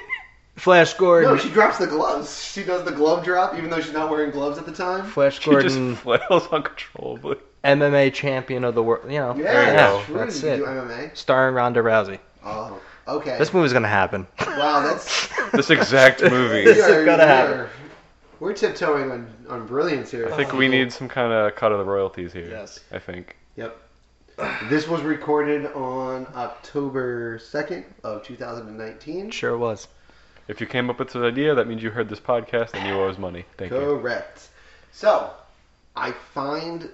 Flash Gordon. No, she drops the gloves. She does the glove drop, even though she's not wearing gloves at the time. Flash she just Gordon, flails uncontrollably. MMA champion of the world. You know, Yeah, there you go. go. That's true. You do it. MMA. Starring Ronda Rousey. Oh, okay. This movie's gonna happen. wow, that's This exact we movie. This is are- gonna we happen. are- We're tiptoeing on on brilliance here. I think we need some kind of cut of the royalties here. Yes. I think. This was recorded on October 2nd of 2019. Sure was. If you came up with this idea, that means you heard this podcast and you owe us money. Thank you. Correct. So, I find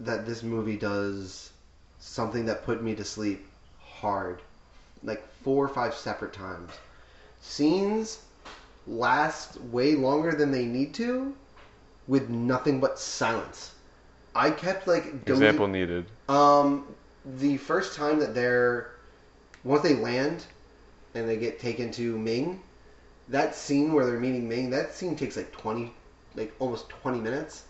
that this movie does something that put me to sleep hard. like four or five separate times. Scenes last way longer than they need to, with nothing but silence. I kept like dozing- Example needed. um, the first time that they're once they land and they get taken to Ming, that scene where they're meeting Ming, that scene takes like twenty, like almost twenty minutes,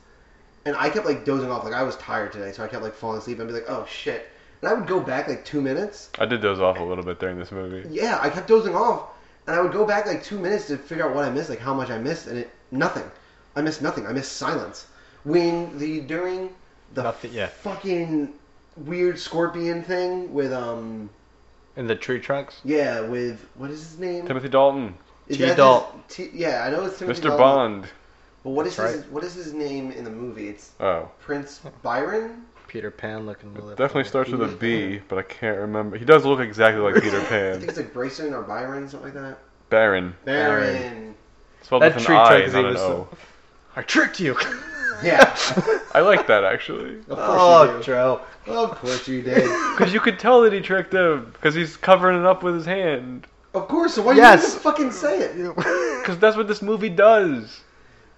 and I kept like dozing off. Like I was tired today, so I kept like falling asleep. I'd be like, oh shit, and I would go back like two minutes. I did doze off a little bit during this movie. Yeah, I kept dozing off, and I would go back like two minutes to figure out what I missed, like how much I missed, and it nothing. I missed nothing. I missed silence. When the during the Nothing- yeah. fucking weird scorpion thing with um in the tree trunks. yeah with what is his name? Timothy Dalton, Is T. that his- Dalt. T- yeah, I know it's Timothy Mr. Dalt, Bond. But what is That's his what is his name in the movie? It's Oh, Prince Byron. Peter Pan looking really. definitely starts with a B, but I can't remember. He does look exactly like Peter I think Pan. it's like Brayson or Byron, something like that. Baron, Baron. Baron. spelled That with an tree I, trunk is not an even O. so- I tricked you. Yeah. I like that actually, Of course oh, you do. Joe. Of course you did. because you could tell that he tricked him, because he's covering it up with his hand. Of course. So why Yes. do you even fucking say it? Because that's what this movie does.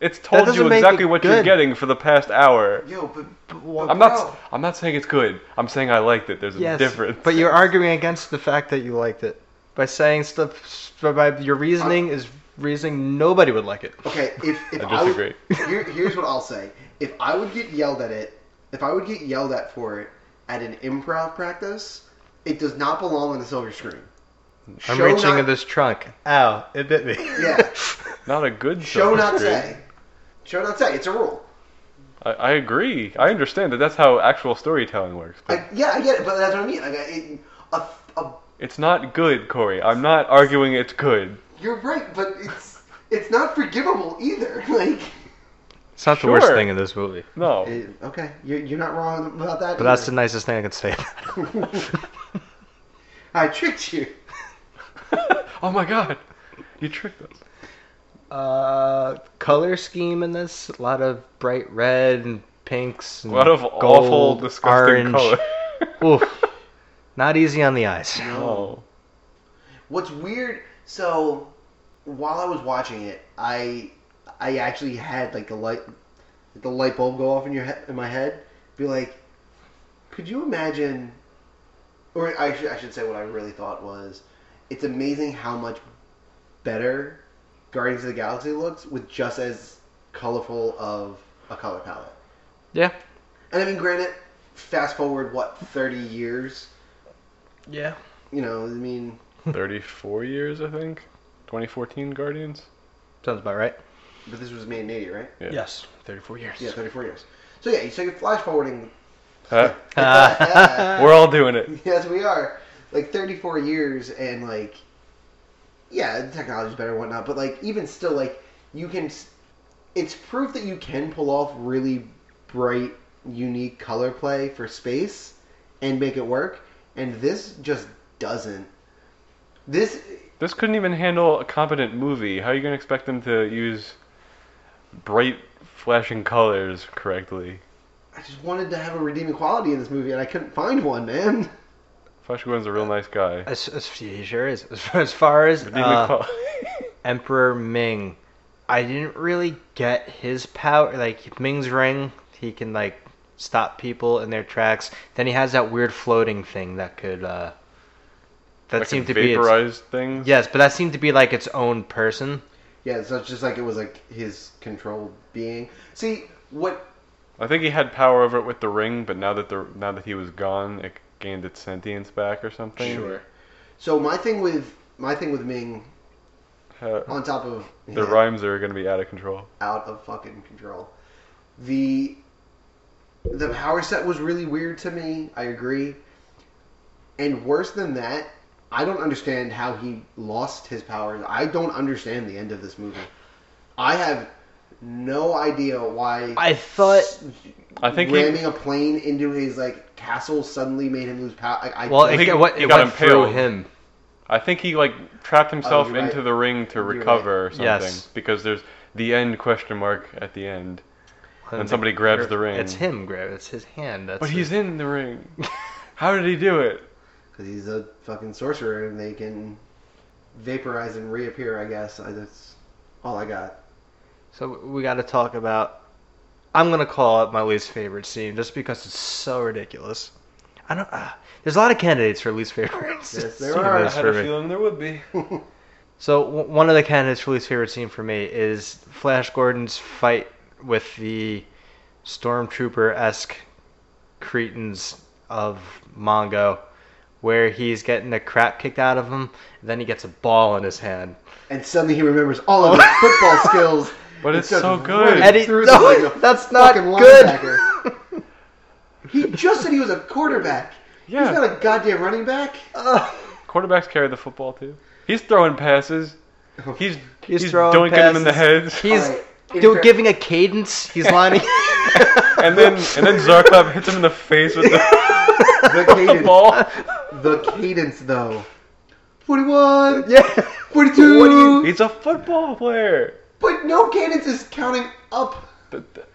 It's told doesn't you make exactly it what you're good. getting for the past hour. Yo, but, but I'm not. I'm not saying it's good. I'm saying I liked it. There's a yes, difference. but you're arguing against the fact that you liked it by saying stuff. By your reasoning is reasoning nobody would like it. Okay, if if I I, would- disagree. here, here's what I'll say: If I would get yelled at it, if I would get yelled at for it at an improv practice, it does not belong on the silver screen. I'm Show reaching not- in this trunk. Ow! It bit me. Yeah. not a good Show silver not screen. say. Show not say. It's a rule. I, I agree. I understand that that's how actual storytelling works. But I, yeah, I get it, but that's what I mean. Like, I- it, a, a, it's not good, Corey. I'm not arguing it's good. you're right, but it's it's not forgivable either. Like, It's not the worst Sure. thing in this movie, No. it- okay, you're, you're not wrong about that. but that's the either. nicest thing I can say. I tricked you. oh my god. You tricked us. Uh, color scheme in this a lot of bright red and pinks. A And lot of gold, awful, disgusting orange. color. Oof. Not easy on the eyes. No. What's weird? So while I was watching it, I I actually had like the light the light bulb go off in your he- in my head. Be like, could you imagine? Or I should I should say what I really thought was, it's amazing how much better Guardians of the Galaxy looks with just as colorful of a color palette. Yeah. And I mean, granted, fast forward what thirty years? Yeah. You know, I mean, 34 years, I think. 2014 Guardians. Sounds about right. but this was made in eighty, right? Yeah. Yes. 34 years. Yeah, 34 years. So yeah, so you're flash forwarding. Huh? yes, Uh, We're all doing it. we are. Like 34 years and like, yeah, the technology's better and whatnot. But like, even still, like you can. s- It's proof that you can pull off really bright, unique color play for space and make it work. And this just doesn't. This This couldn't even handle a competent movie. How are you going to expect them to use bright, flashing colors correctly? I just wanted to have a redeeming quality in this movie, and I couldn't find one, man. Flash Gordon's a real nice guy. As, as, he sure is. As, far- as far as Redeeming uh, qual- Emperor Ming, I didn't really get his power. Like Ming's ring, he can like stop people in their tracks. Then he has that weird floating thing that could. uh That Like seemed to be. Its, vaporize things. yes, but that seemed to be like its own person. Yeah, so it's just like it was like his controlled being. See what? I think he had power over it with the ring, but now that the now that he was gone, it gained its sentience back or something. So my thing with my thing with Ming, Uh, on top of the rhymes are gonna be out of control. out of fucking control, the the power set was really weird to me. I agree. And worse than that, I don't understand how he lost his powers. I don't understand the end of this movie. I have no idea why. I thought. I think he, ramming a plane into his like castle suddenly made him lose power. I, I Well, I it, think it, went- he it got went through impaled. him. I think he like trapped himself you're right. into the ring to You're right. recover or something Yes. because there's the end question mark at the end. And somebody grabs the ring. It's him grab. It's his hand. That's But his- he's in the ring. How did he do it? because he's a fucking sorcerer and they can vaporize and reappear. I guess I, that's all I got. So we got to talk about. I'm gonna call it my least favorite scene just because it's so ridiculous. I don't. Uh, there's a lot of candidates for least favorites. Yes, there Some of are. I those had for a me. feeling there would be. So w- one of the candidates for least favorite scene for me is Flash Gordon's fight with the stormtrooper esque cretins of Mongo, where he's getting the crap kicked out of him. And then he gets a ball in his hand. and suddenly he remembers all of his football skills. But and it's starts so good. running Eddie, through no, them like a that's not fucking good. linebacker. He just said he was a quarterback. Yeah. Oh, He's not a goddamn running back. Ugh. Quarterbacks carry the football too. He's throwing passes. He's He's he's, throwing dunking them in the passes. heads. he's All right, in doing, fair- giving a cadence. He's lining. and then and then Zarkov hits him in the face with the, The with the cadence. ball. The cadence, though. 41, yeah. 42. What do you- He's a football player. but no cadence is counting up. Th- th-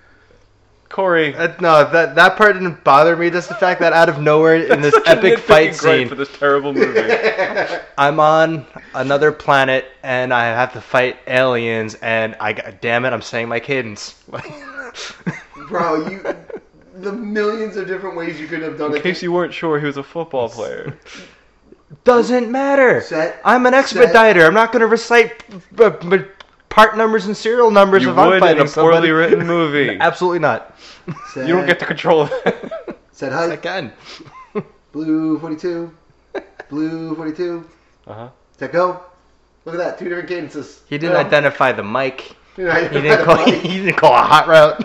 Corey, Uh, no, that that part didn't bother me. Just the fact that out of nowhere in this such a epic nitpicking fight gripe scene, for this terrible movie. I'm on another planet and I have to fight aliens, and I got- damn it, I'm saying my cadence. Bro, you. The millions of different ways you could have done In it. case you weren't sure, he was a football player. doesn't matter. Set, I'm an set. expediter. I'm not going to recite b- b- part numbers and serial numbers You if I'm would in fighting a poorly somebody. written movie. Absolutely not. set, You don't get to control that. Set I height. can. Blue 42. Blue 42. Uh-huh. Set go. Look at that. Two different cadences. He didn't Well, identify the mic. you know, He didn't call. He didn't call a hot route.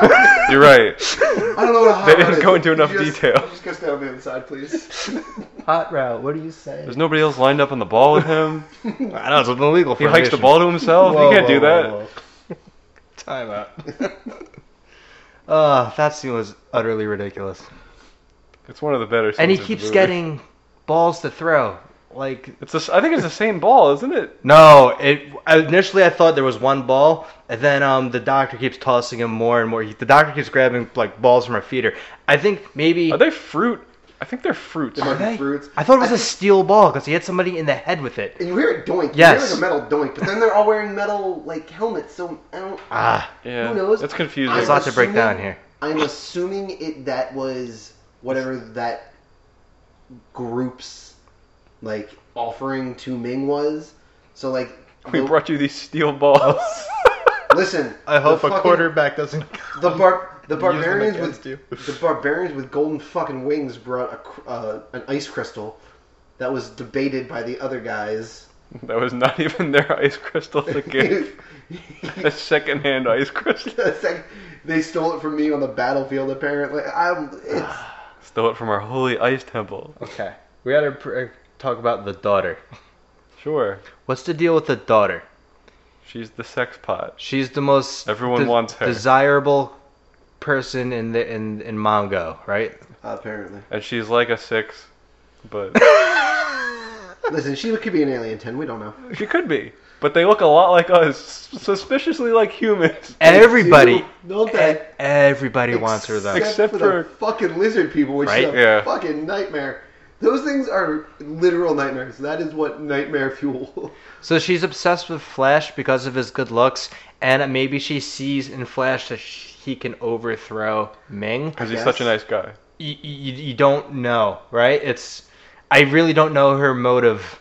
route. You're right. I don't know what a hot They route didn't is. go into enough Just- detail. Just go stand on the inside, please. Hot route. What do you say? There's nobody else lined up on the ball with him. I know it's an illegal. He hikes the ball to himself. he can't do that. Time out. Uh, that scene was utterly ridiculous. It's one of the better. And he scenes of the keeps movie. getting balls to throw. Like It's the s- I think it's the same ball, isn't it? no, it initially I thought there was one ball, and then um the doctor keeps tossing him more and more. He, the doctor keeps grabbing like balls from her feeder. I think maybe Are they fruit? I think they're fruits. They might be Hey, fruits. I thought it was I a steel ball because he hit somebody in the head with it. And you hear it doink. Yes. You hear like a metal doink, but then they're all wearing metal like helmets, so I don't. Ah, Yeah, Who knows? It's confusing. there's I'm lots to break down assuming- here. I'm assuming it that was whatever that group's like offering to Ming was. So like, we the- brought you these steel balls. Oh. listen. I hope the a fucking- quarterback doesn't. The bar the them barbarians against with you. the barbarians with golden fucking wings brought a, cr- uh, an ice crystal that was debated by the other guys. that was not even their ice crystal to give. a secondhand ice crystal. It's like they stole it from me on the battlefield. Apparently, I'm. It's, Stole it from our holy ice temple. Okay, we gotta pr- uh, talk about the daughter. Sure, What's the deal with the daughter? she's the sex pot. She's the most Everyone wants her. desirable person in the in in Mongo, right? apparently, And she's like a six, but listen. She could be an alien ten. We don't know. she could be. But they look a lot like us, suspiciously like humans. Everybody, Dude, don't they? e- everybody wants her though. Except for, for- the fucking lizard people, which Right? is a Yeah. fucking nightmare. Those things are literal nightmares. That is what nightmare fuel. So she's obsessed with Flash because of his good looks, and maybe she sees in Flash that sh- he can overthrow Ming. Because he's Yes. such a nice guy. You, you, you don't know, right? It's I really don't know her motive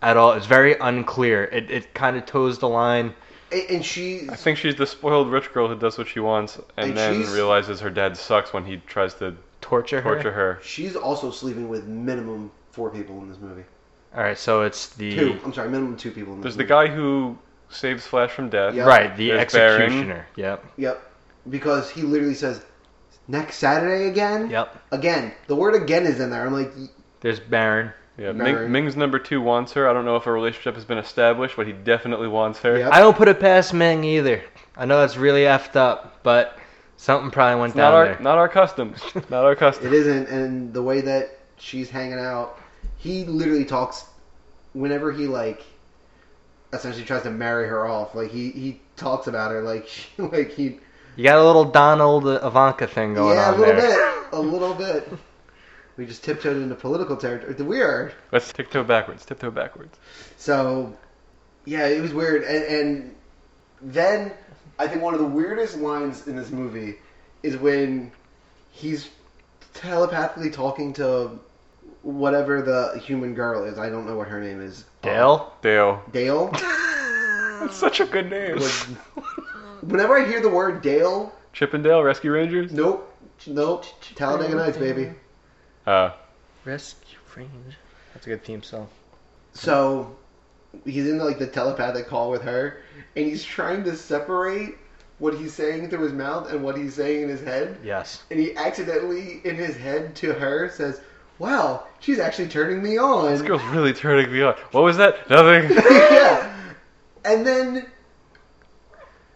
at all. It's very unclear. It it kind of toes the line. A- and she, I think she's the spoiled rich girl who does what she wants and, And then she's- realizes her dad sucks when he tries to Torture her. torture her. she's also sleeping with minimum four people in this movie. All right, so it's the Two. I'm sorry, minimum two people in this There's the movie. guy who saves Flash from death. Yeah. Right, the There's Baron. executioner. Yep. Yep. Because he literally says, next Saturday again? Yep. Again. The word again is in there. I'm like, y- There's Baron. Yeah, Mary. Ming, Ming's number two wants her. I don't know if a relationship has been established, but he definitely wants her. Yep. I don't put it past Ming either. I know that's really effed up, but something probably went It's not down our there. not our customs. Not our it customs. isn't. And the way that she's hanging out, he literally talks whenever he, like, essentially tries to marry her off. Like, he, he talks about her like, she, like he. You got a little Donald Ivanka thing going yeah, a on little there. bit. A little bit. We just tiptoed into political territory. We are Let's tiptoe backwards. Tiptoe backwards. so. Yeah, it was weird, and, and then I think one of the weirdest lines in this movie is when he's telepathically talking to whatever the human girl is. I don't know what her name is. Dale? Dale. Dale. That's such a good name. Would- Whenever I hear the word Dale, Chippendale Rescue Rangers? nope, nope, Talladega Nights, baby. Uh, Rescue Range. That's a good theme song. So he's in like the telepathic call with her, and he's trying to separate what he's saying through his mouth and what he's saying in his head. Yes. And he accidentally, in his head to her, says, "Wow, she's actually turning me on." this girl's really turning me on. What was that? Nothing. yeah. And then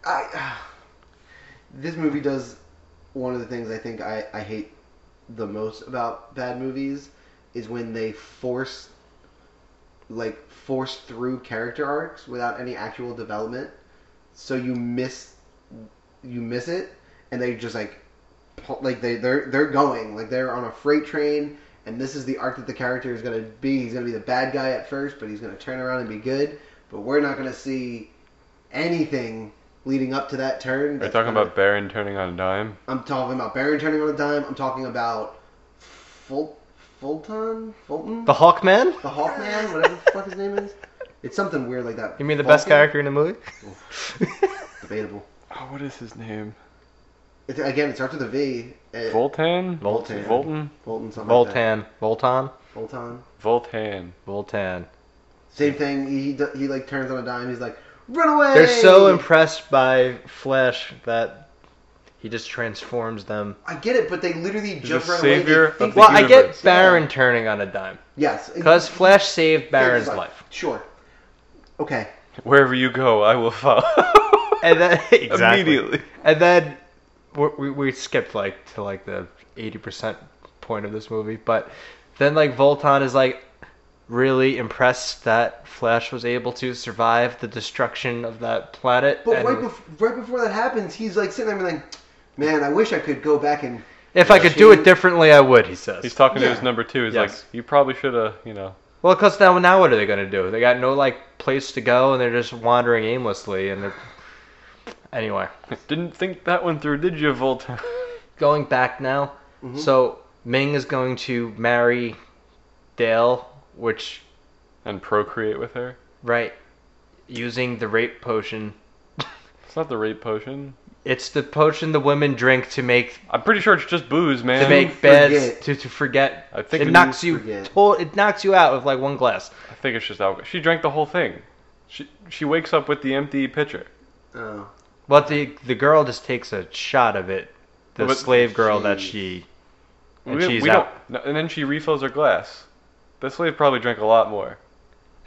I this movie does one of the things I think I, I hate the most about bad movies is when they force like force through character arcs without any actual development. So you miss you miss it and they just like pu- like they they're they're going like they're on a freight train and this is the arc that the character is going to be he's going to be the bad guy at first but he's going to turn around and be good but we're not going to see anything leading up to that turn Are you that's talking gonna- about Baron turning on a dime? I'm talking about Baron turning on a dime I'm talking about Ful- Fulton Fulton The Hawkman? the Hawkman whatever the fuck his name is it's something weird like that You mean the best Falcon? character in the movie? debatable Oh, what is his name? it's, again it starts with a V Eh, Voltan? Voltan. Voltan? Fulton something like that. Voltan. Voltan? Fulton Voltan. Voltan. Same thing. He d- he like turns on a dime. He's like, run away. They're so impressed by Flash that he just transforms them. I get it, but they literally jump the right away. They savior of think- the Well, I get universe. Baron turning on a dime. yes, Because Flash saved They're Baron's just like, life. Sure. Okay. Wherever you go, I will follow. And then, exactly. Immediately. And then we, we, we skipped like to like the 80% point of this movie. But then like Voltan is like really impressed that Flash was able to survive the destruction of that planet. But and right before right before that happens, he's like sitting there and like, man, I wish I could go back and. if I could do it differently, I would, he says. He's talking to Yeah. his number two. He's Yes. like, you probably should have, you know. Well, because now, now what are they going to do? They got no like place to go, and they're just wandering aimlessly. And they're anyway, Didn't think that one through, did you, Voltan? going back now. So Ming is going to marry Dale, which and procreate with her? right using the rape potion. It's not the rape potion. It's the potion the women drink to make I'm pretty sure it's just booze, man. to make forget. beds to, to forget. I think it we knocks you forget. to- it knocks you out with like one glass. I think it's just alcohol. She drank the whole thing. She she wakes up with the empty pitcher. Oh. But the the girl just takes a shot of it. The But- slave girl that Jeez. she and We, she's we out. don't. no, and then she refills her glass. That slave probably drank a lot more.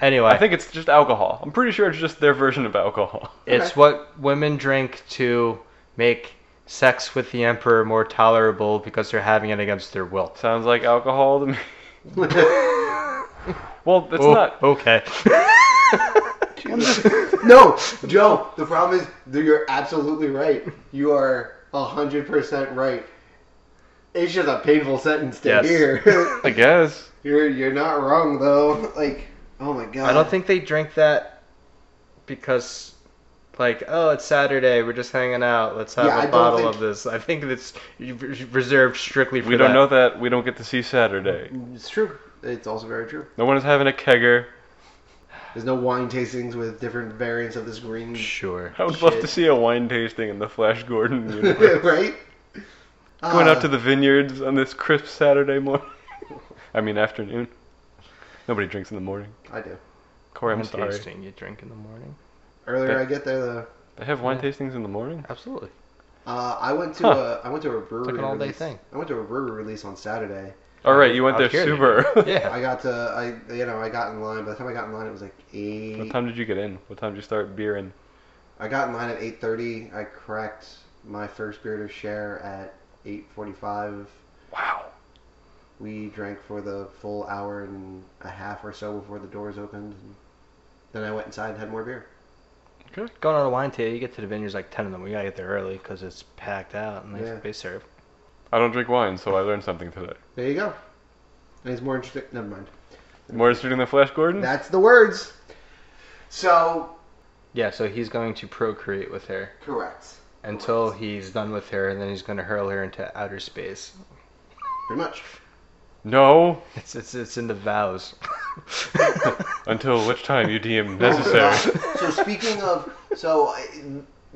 Anyway, I think it's just alcohol. I'm pretty sure it's just their version of alcohol. It's Okay. what women drink to make sex with the emperor more tolerable because they're having it against their will. Sounds like alcohol to me. Well, it's Oh, not. okay. no, Joe. The problem is that you're absolutely right. You are hundred percent right. It's just a painful sentence to Yes. hear. I guess. You're you're not wrong though. Like, oh my god. I don't think they drink that because, like, oh, it's Saturday, we're just hanging out, let's have Yeah, I a don't bottle think- of this. I think it's reserved strictly for We don't that. know that. We don't get to see Saturday. it's true. It's also very true. No one is having a kegger. There's no wine tastings with different variants of this Mm. green, Sure. I would love Shit. to see a wine tasting in the Flash Gordon universe. right? Uh, Going out to Ah. the vineyards on this crisp Saturday morning. I mean afternoon. Nobody drinks in the morning. I do. Corey, I'm sorry. tasting you drink in the morning. Earlier But- I get there though. They have wine Yeah. tastings in the morning. Absolutely. Uh, I went to Huh. a I went to a brewery It's like an all-day release. thing. I went to a brewery release on Saturday. All right, you went I there was Uh, here super. early. Yeah. I got to I you know I got in line. By the time I got in line, it was like What eight. time did you get in? What time did you start beering? I got in line at eight thirty. I cracked my first beer to share at eight forty five. Wow. We drank for the full hour and a half or so before the doors opened. Then I went inside and had more beer. Going on a wine tail, you get to the vineyards like 10 of them. We gotta get there early because it's packed out and they, Yeah. they serve. I don't drink wine, so I learned something today. There you go. And it's more interesting. Never mind. More interesting than Flash Gordon? That's the words. Hmm. So Yeah, so he's going to procreate with her correct, until he's done with her, and then he's going to hurl her into outer space. pretty much. no. It's it's, it's in the vows. Until which time you deem necessary. so speaking of, so I-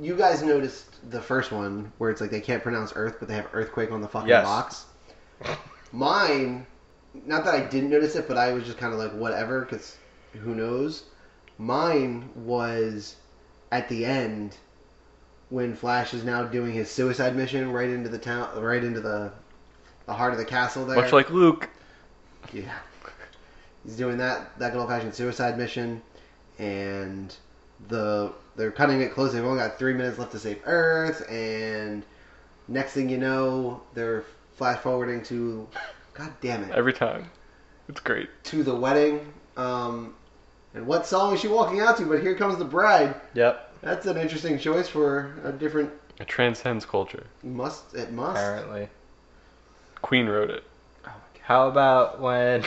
you guys noticed the first one where it's like they can't pronounce Earth, but they have earthquake on the fucking Yes. box. Mine, not that I didn't notice it, but I was just kind of like whatever, because who knows. Mine was at the end when Flash is now doing his suicide mission right into the town, right into the the heart of the castle there. Much like Luke. Yeah. He's doing that that good old fashioned suicide mission and the they're cutting it close. They've only got three minutes left to save Earth and next thing you know, they're flash forwarding to God damn it. Every time. It's great. To the wedding. Um and what song is she walking out to? But here comes the bride. yep. That's an interesting choice for a different It transcends culture. must it must. Apparently. Queen wrote it. How about when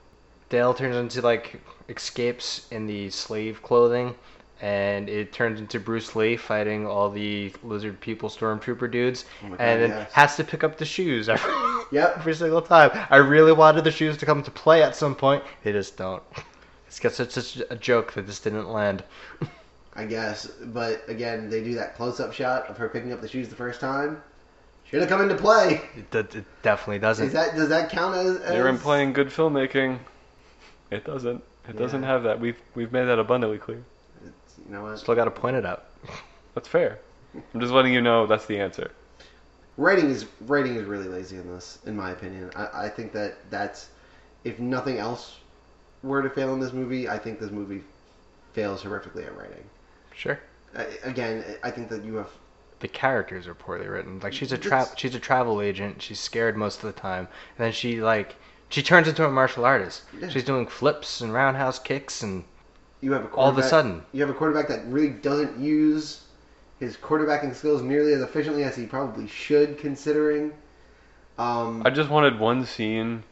Dale turns into like escapes in the slave clothing, and it turns into Bruce Lee fighting all the lizard people stormtrooper dudes, Oh my God, and then yes. has to pick up the shoes every, Yep. every single time. I really wanted the shoes to come to play at some point. They just don't. It's got such, such a joke that this didn't land. I guess. But again, they do that close up shot of her picking up the shoes the first time. Should have come into play. It, d- it definitely doesn't. Is that does that count as? as They were implying good filmmaking. It doesn't. It doesn't Yeah. have that. We've we've made that abundantly clear. It's- You know what? Still got to point it out. That's fair. I'm just letting you know that's the answer. Writing is writing is really lazy in this, in my opinion. I, I think that that's if nothing else were to fail in this movie, I think this movie fails horrifically at writing. Sure. I, again, I think that you have the characters are poorly written. Like she's a tra- It's- she's a travel agent. She's scared most of the time, and then she like she turns into a martial artist. Yeah. She's doing flips and roundhouse kicks, and you have a all of a quarterback- sudden, you have a quarterback that really doesn't use his quarterbacking skills nearly as efficiently as he probably should, considering. Um, I just wanted one scene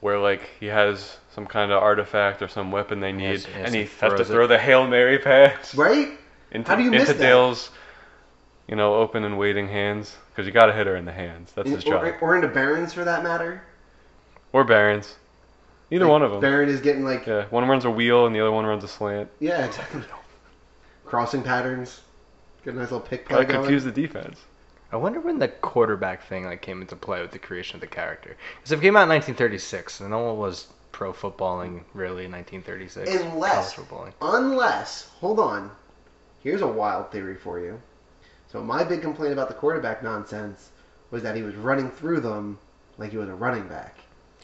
where like he has some kind of artifact or some weapon they need, Yes, yes, and he he, has to throws it. throw the hail mary pass right? into, How do you into miss that? Dale's, you know, open and waiting hands because you got to hit her in the hands. That's his job. Or, or into Barons for that matter. Or Barons, either Like, one of them. Baron is getting like yeah, one runs a wheel and the other one runs a slant. Yeah, exactly. Crossing patterns. Get a nice little pick play Gotta going. confuse the defense. I wonder when the quarterback thing like came into play with the creation of the character. Because it came out in 1936, and no one was pro footballing really in 1936. Unless- college footballing. Unless, hold on. Here's a wild theory for you. So my big complaint about the quarterback nonsense was that he was running through them like he was a running back.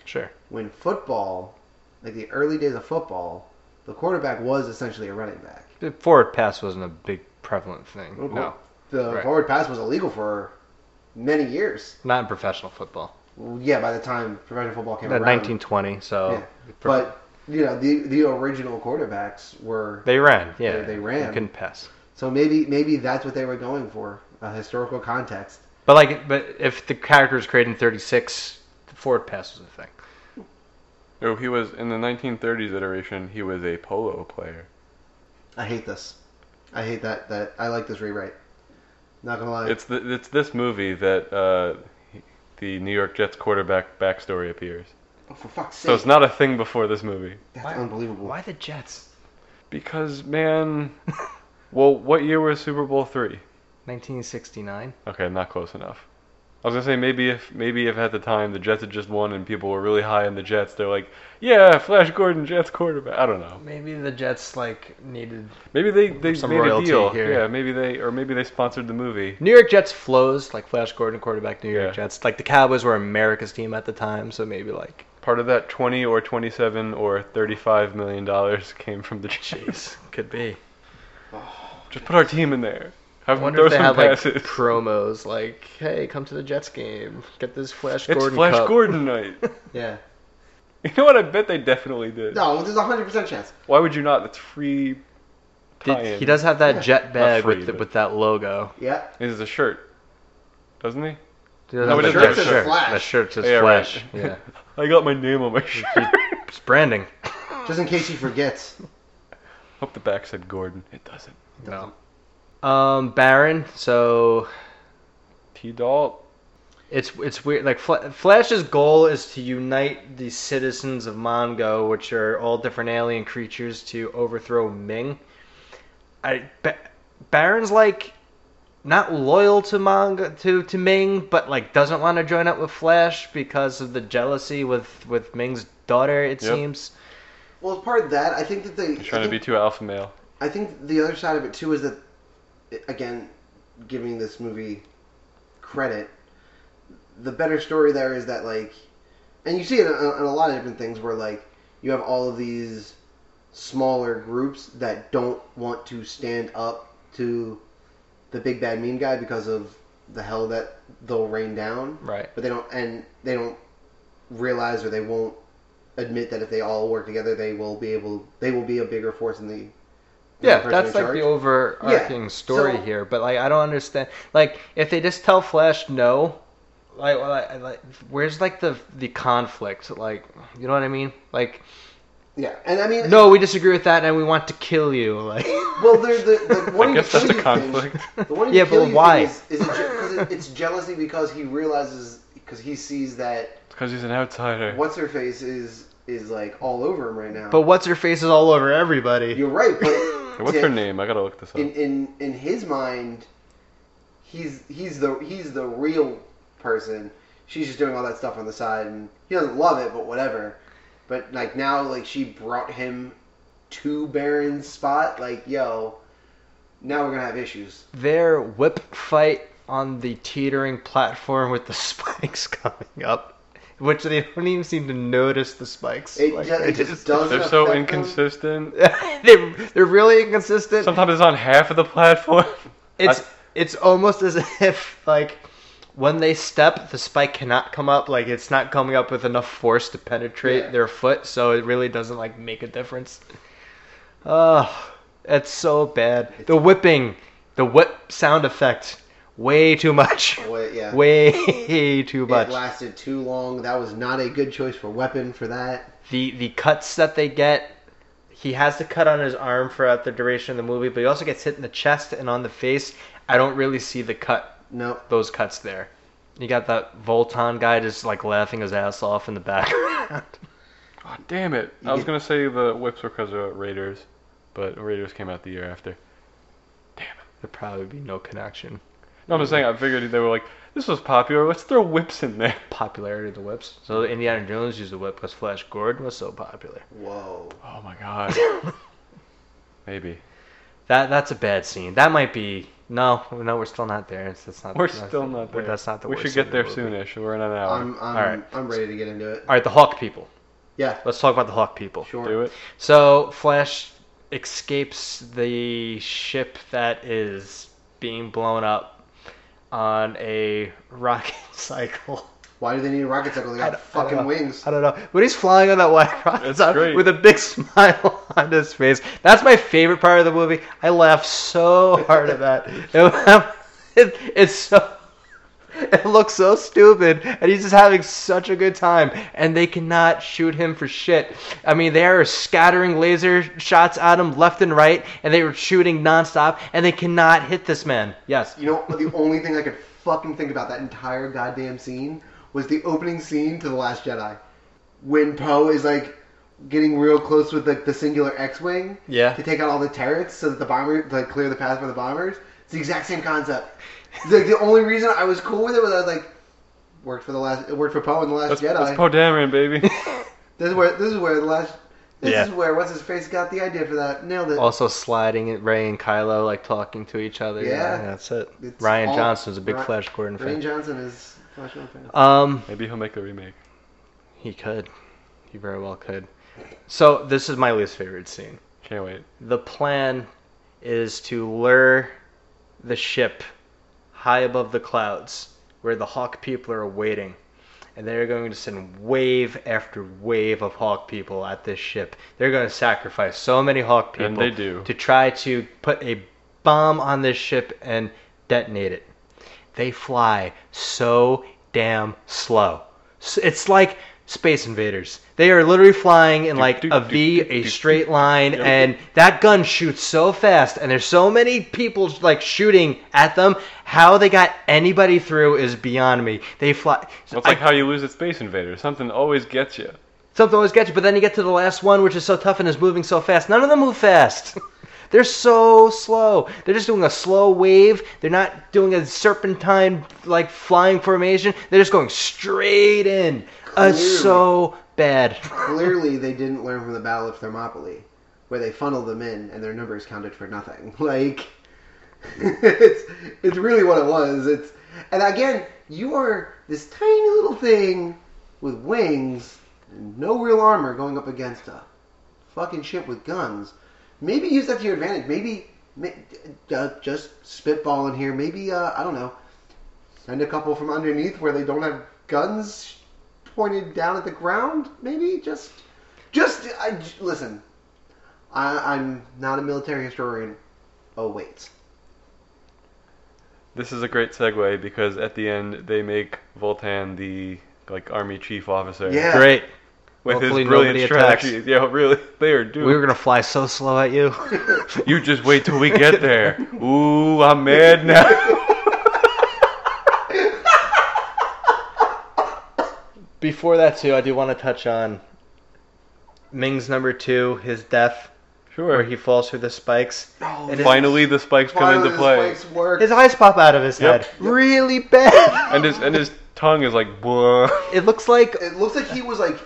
Sure. When football, like the early days of football, the quarterback was essentially a running back. The forward pass wasn't a big prevalent thing. Oh, No, The Right. forward pass was illegal for many years. not in professional football. Yeah, by the time professional football came At around. 1920, so Yeah. But you know, the the original quarterbacks were they ran. Yeah, They- they ran. You couldn't pass. So maybe maybe that's what they were going for a historical context. But like, but if the character was created in '36, the forward pass was a thing. Oh, he was in the 1930s iteration. He was a polo player. I hate this. I hate that that I like this rewrite. Not gonna lie. It's the, it's this movie that uh, he- the New York Jets quarterback backstory appears. oh, for fuck's sake, So it's not a thing before this movie. that's Why- unbelievable. Why the Jets? Because man, well, what year was Super Bowl three? 1969. Okay, not close enough. I was gonna say maybe if maybe if at the time the Jets had just won and people were really high on the Jets, they're like, yeah, Flash Gordon, Jets quarterback. I don't know. Maybe the Jets like needed. Maybe they they Some made a royalty deal. here. Yeah, maybe they or maybe they sponsored the movie. New York Jets flows like Flash Gordon, quarterback. New York Yeah. Jets. Like the Cowboys were America's team at the time, so maybe like, Part of that twenty or twenty-seven or thirty-five million dollars came from the Jets. jeez, could be. Just put our team in there. Have I them wonder throw if they some had like passes. promos like, "Hey, come to the Jets game, get this Flash it's Gordon Flash cup." Gordon night. Yeah. You know what? I bet they definitely did. No, there's a hundred percent chance. Why would you not? That's free. Did- tie-in. he does have that jet bag free, with the, but- with that logo. Yeah. It is a shirt, doesn't he? He does No, have it that is a shirt. shirt. Flash. That shirt says Yeah, right. Flash. Yeah. I got my name on my shirt. It's branding. Just in case he forgets. Hope the back said Gordon. It doesn't. No. Um, Baron. So T Dalt. it's it's weird. Like Fla- Flash's goal is to unite the citizens of Mongo, which are all different alien creatures, to overthrow Ming. I ba- Baron's like not loyal to Mongo to to Ming, but like doesn't want to join up with Flash because of the jealousy with with Ming's daughter. It Yep. seems. Well, as part of that, I think that they. Trying to be too alpha male. I think the other side of it too is that, again, giving this movie credit, the better story there is that like, and you see it in a, in a lot of different things where like you have all of these smaller groups that don't want to stand up to the big bad mean guy because of the hell that they'll rain down Right. but they don't and they don't realize or they won't admit that if they all work together they will be able they will be a bigger force in the than the Yeah, person that's in like charge. the overarching Yeah, story so- here, but like I don't understand. Like if they just tell Flash no, like, well, I- I- like where's like the the conflict? Like you know what I mean? Like yeah and i mean no, we disagree with that, and we want to kill you. Like well they're the, the one I you guess that's kill a you conflict. thing, the one you Yeah, kill but you why? thing is, is it je- 'cause it, it's jealousy because he realizes because he sees that Because he's an outsider. what's her face is is like all over him right now but what's her face is all over everybody. you're right but Hey, What's to- her name? I gotta look this up. in in in his mind, he's he's the he's the real person. She's just doing all that stuff on the side, and he doesn't love it, but whatever. But like now, like she brought him to Baron's spot. Like yo, now we're gonna have issues. Their whip fight on the teetering platform with the spikes coming up, which they don't even seem to notice the spikes. It, Like, just, they it just doesn't. They're so affect them. inconsistent. they they're really inconsistent. Sometimes it's on half of the platform. It's I- it's almost as if like when they step, the spike cannot come up. Like it's not coming up with enough force to penetrate Yeah. their foot, so it really doesn't like make a difference. Oh, that's so bad. The whipping, the whip sound effect, way too much. Wait, yeah. Way too it much. lasted too long. That was not a good choice for weapon for that. the the cuts that they get he has the cut on his arm throughout the duration of the movie but he also gets hit in the chest and on the face i don't really see the cut No, those cuts there you got that voltan guy just like laughing his ass off in the background Oh, damn it. I was going to say the whips were because of Raiders, but Raiders came out the year after. there'd probably be no connection No, I'm just saying, I figured they were like, this was popular. Let's throw whips in there. popularity of the whips so indiana jones used the whip because flash gordon was so popular whoa. Oh my god. Maybe. that that's a bad scene that might be no no we're still not there it's, that's not We're that's- still not there. that's not the We worst should scene get in there the movie. soonish. We're in an hour. I'm I'm, Alright. I'm ready to get into it. all right the hawk people Yeah, let's talk about the hawk people sure. Do it. So Flash escapes the ship that is being blown up on a rocket cycle. Why do they need a rocket cycle? They I got don't- I don't fucking know. wings. I don't know, but he's flying on that white rocket That's cycle great. with a big smile on his face. That's my favorite part of the movie. I laughed so hard at that. It- it- it's so. It looks so stupid, and he's just having such a good time, and they cannot shoot him for shit. I mean, they are scattering laser shots at him left and right, and they were shooting nonstop, and they cannot hit this man. Yes. You know, the only thing I could fucking think about that entire goddamn scene was the opening scene to The Last Jedi. When Poe is like getting real close with like the singular X Wing Yeah. to take out all the turrets so that the bomber to like, clear the path for the bombers. It's the exact same concept. It's like the only reason I was cool with it was I was like worked for the last it worked for Poe in The That's, Last Jedi. that's Poe Dameron, baby. this is where this is where the last this Yeah. is where what's his face got the idea for that. Nailed it. Also sliding it, Ray and Kylo like talking to each other. Yeah. that's it. It's Ryan all- Johnson's a big Ri- Flash Gordon Rain fan. Johnson is Flash Gordon fan. Um, Maybe he'll make a remake. he could. He very well could. So this is my least favorite scene. Can't wait. The plan is to lure the ship high above the clouds where the Hawk people are waiting. And they're going to send wave after wave of Hawk people at this ship. They're going to sacrifice so many Hawk people And they do. to try to put a bomb on this ship and detonate it. They fly so damn slow. S- It's like Space Invaders. They are literally flying in like do, a do, V, do, a do, straight line, Yep. and that gun shoots so fast, and there's so many people like shooting at them. How they got anybody through is beyond me. They fly. Well, it's I- like how you lose at Space Invaders. Something always gets you. Something always gets you, but then you get to the last one, which is so tough and is moving so fast. None of them move fast. They're so slow. They're just doing a slow wave. They're not doing a serpentine like flying formation. They're just going straight in. Uh, It's so bad. Clearly, they didn't learn from the Battle of Thermopylae, where they funneled them in and their numbers counted for nothing. Like, it's it's really what it was. It's and again, you are this tiny little thing with wings, and no real armor, going up against a fucking ship with guns. Maybe use that to your advantage. Maybe ma- uh, just spitball in here. Maybe uh, I don't know. Send a couple from underneath where they don't have guns pointed down at the ground. Maybe just, just I j listen. I, I'm not a military historian. Oh wait. This is a great segue because at the end they make Voltan the like army chief officer Yeah. Great. with his Hopefully brilliant nobody attacks. strategy. Yeah, really, they are We doomed. were gonna fly so slow at you. You just wait till we get there. Ooh, I'm mad now. Before that too, I do want to touch on Ming's number two, his death, sure. where he falls through the spikes. Oh, And his- Finally, the spikes come into play, work. His eyes pop out of his Yep. head. Really bad. and his and his tongue is like, Bleh. It looks like It looks like he was like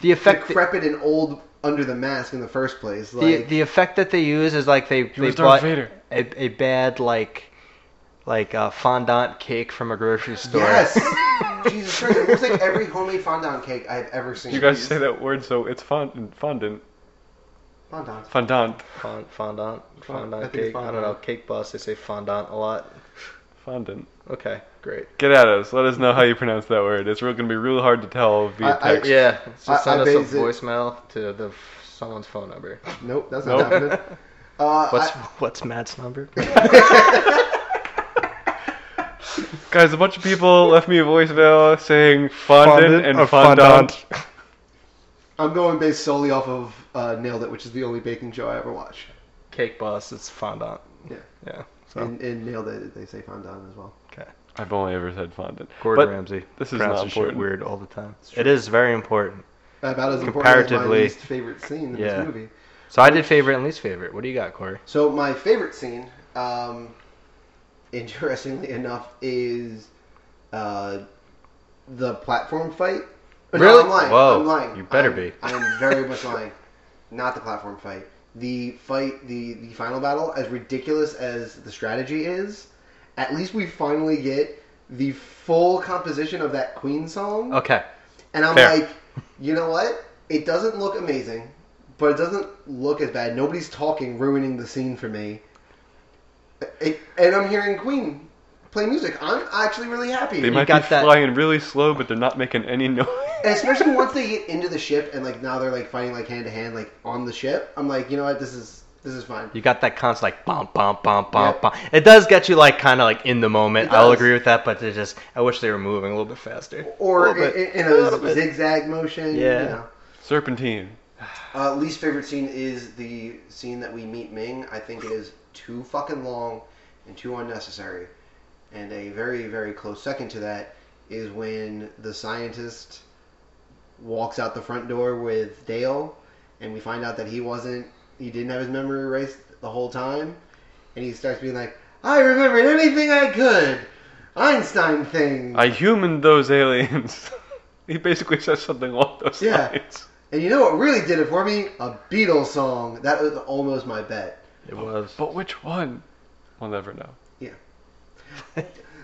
the effect. decrepit and old under the mask in the first place. the Like, the effect that they use is like they they was Darth bought Vader. a, a bad like like uh, fondant cake from a grocery store. yes. Jesus Christ! It looks like every homemade fondant cake I've ever seen. You guys say that word, so it's fond fondant fondant. fondant Fond, fondant I fondant think it's cake. I don't know. fondant. Cake boss. They say fondant a lot. fondant. Okay, great. Get at us. Let us know how you pronounce that word. It's real, gonna be real hard to tell I- via I- text. Yeah, just I- I send us base a it- voicemail to the someone's phone number. Nope, that's not Nope. happening. Uh, What's I- what's Matt's number? Guys, a bunch of people left me a voicemail saying fondant, Fondant or and fondant. I'm going based solely off of uh, Nailed It, which is the only baking show I ever watch. cake boss. It's fondant. Yeah. Yeah. So And, and Nailed It, they say fondant as well. okay. I've only ever said fondant. Gordon But Ramsay. this is pronounces not shit important. Weird all the time. It is very important. About as important as my Comparatively. least favorite scene in Yeah. this movie. So I did favorite and least favorite. What do you got, Corey? So my favorite scene, um, interestingly enough, is uh, the platform fight. But Really? I'm lying. Whoa, I'm lying. you better I'm- be. I am very much lying. Not the platform fight. The fight, the the final battle, as ridiculous as the strategy is, at least we finally get the full composition of that Queen song. Okay. And I'm Fair. like, you know what? It doesn't look amazing, but it doesn't look as bad. Nobody's talking, ruining the scene for me. It, and I'm hearing Queen play music. I'm actually really happy. They might got be that- flying really slow, but they're not making any noise. And especially once they get into the ship and like now they're like fighting like hand to hand like on the ship. I'm like, you know what? This is this is fine. You got that constant like bum bum bum bum Yeah. bum. It does get you like kind of like in the moment. It I'll does. agree with that, but they just I wish they were moving a little bit faster. Or a little in, bit. in A little a bit. zigzag motion. Yeah. You know. Serpentine. Uh, least favorite scene is the scene that we meet Ming. I think it is too fucking long and too unnecessary. And a very, very close second to that is when the scientist walks out the front door with Dale, and we find out that he wasn't, he didn't have his memory erased the whole time. And he starts being like, I remembered anything I could. Einstein thing. I humaned those aliens. he basically says something along those Yeah. lines. and you know what really did it for me? A Beatles song. That was almost my bet. It was. But which one? We'll never know.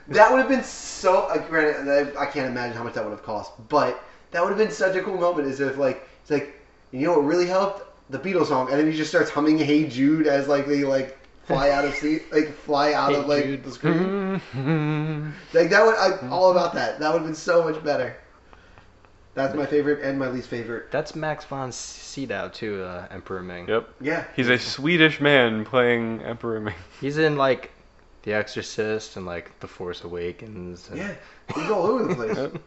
That would have been so. Uh, granted, I, I can't imagine how much that would have cost, but that would have been such a cool moment. Is if like it's like you know what really helped the Beatles song, and then he just starts humming "Hey Jude" as like they like fly out of sea, like fly out Hey of like Jude. Mm-hmm. the screen. Like that would I all about that. That would have been so much better. That's my favorite and my least favorite. That's Max von Sydow too, uh, Emperor Ming. Yep. Yeah, He's a Swedish man playing Emperor Ming. He's in like The Exorcist and like The Force Awakens. And yeah. He's all over the place. Yep.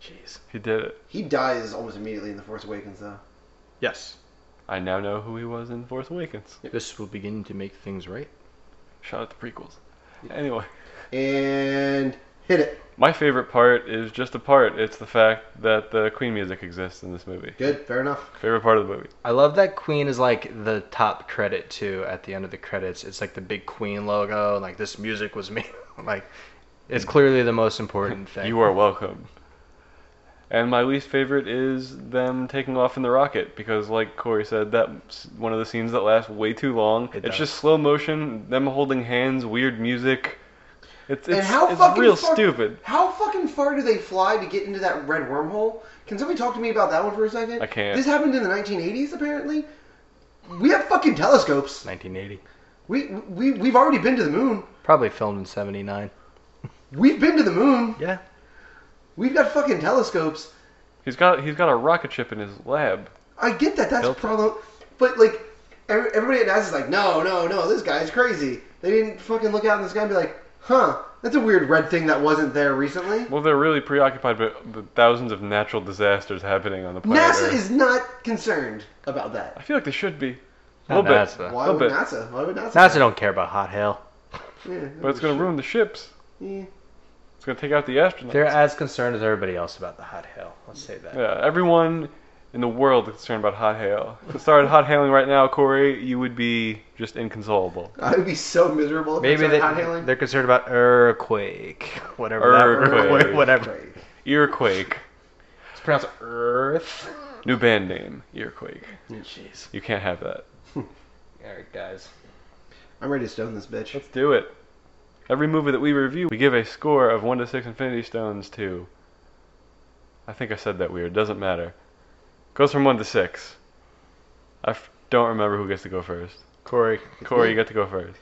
Jeez. He did it. He dies almost immediately in The Force Awakens, though. Yes. I now know who he was in Force Awakens. This will begin to make things right. Shout out the prequels. Anyway, And hit it. my favorite part is just a part. It's the fact that the Queen music exists in this movie. Good. Fair enough. Favorite part of the movie. I love that Queen is like the top credit too. At the end of the credits, it's like the big Queen logo. Like this music was made. like it's clearly the most important thing. You are welcome. And my least favorite is them taking off in the rocket because, like Corey said, that's one of the scenes that lasts way too long. It it's does. just slow motion, them holding hands, weird music. It's And it's, how it's fucking real far- stupid. How fucking far do they fly to get into that red wormhole? Can somebody talk to me about that one for a second? I can't. This happened in the 1980s, apparently. We have fucking telescopes. 1980. We we we've already been to the moon. Probably filmed in 79. We've been to the moon. Yeah. We've got fucking telescopes. He's got he's got a rocket ship in his lab. I get that. That's Built it. problem. But like, every, everybody at NASA's like, no, no, no. This guy's crazy. They didn't fucking look out in the sky and be like, huh, that's a weird red thing that wasn't there recently. Well, they're really preoccupied with the thousands of natural disasters happening on the planet. NASA Earth. is not concerned about I that. feel like they should be. A Not little bit. NASA. Why I'll would bet. NASA? Why would NASA? NASA don't care about hot hail. Yeah, But it's going to ruin the ships. Yeah. It's going to take out the astronauts. They're as concerned as everybody else about the hot hail. Let's say that. Yeah, everyone in the world is concerned about hot hail. If it started hot hailing right now, Corey, you would be just inconsolable. I would be so miserable. If Maybe Maybe they, they hot hailing. they're concerned about earthquake. Whatever. that- Earthquake. whatever. Earquake. It's pronounced earth. New band name, Earquake. Jeez. You can't have that. All right, guys. I'm ready to stone this bitch. Let's do it. Every movie that we review, we give a score of 1 to 6 Infinity Stones to. I think I said that weird. Doesn't matter. Goes from 1 to 6. I f- don't remember who gets to go first. Corey. Corey, you get to go first.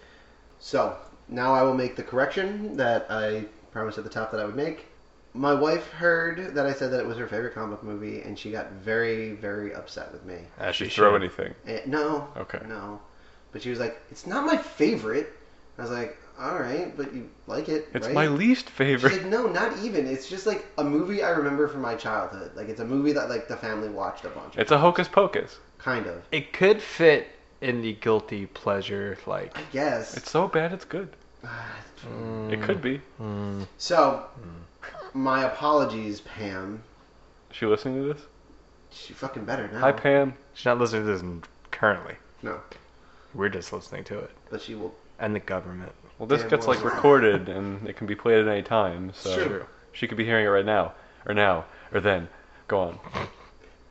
So now I will make the correction that I promised at the top that I would make. My wife heard that I said that it was her favorite comic movie, and she got very, very upset with me. As Did you you throw should. anything? Eh, no. Okay. No. But she was like, "It's not my favorite." I was like, "All right, but you like it, It's right?" my least She's favorite. like, "No, not even. It's just like a movie I remember from my childhood. Like it's a movie that like the family watched a bunch. of It's a hocus pocus. kind of. It could fit in the guilty pleasure, like. I guess. It's Mm. so bad it's good. It could be. Mm, so, Mm. my apologies, Pam. Is she listening to this? She fucking better now. Hi, Pam. she's not listening to this currently. No, We're just listening to it. but she will. And the government. Well, this Damn gets like well. recorded and it can be played at any time, so Sure. she could be hearing it right now, or now, or then. Go on.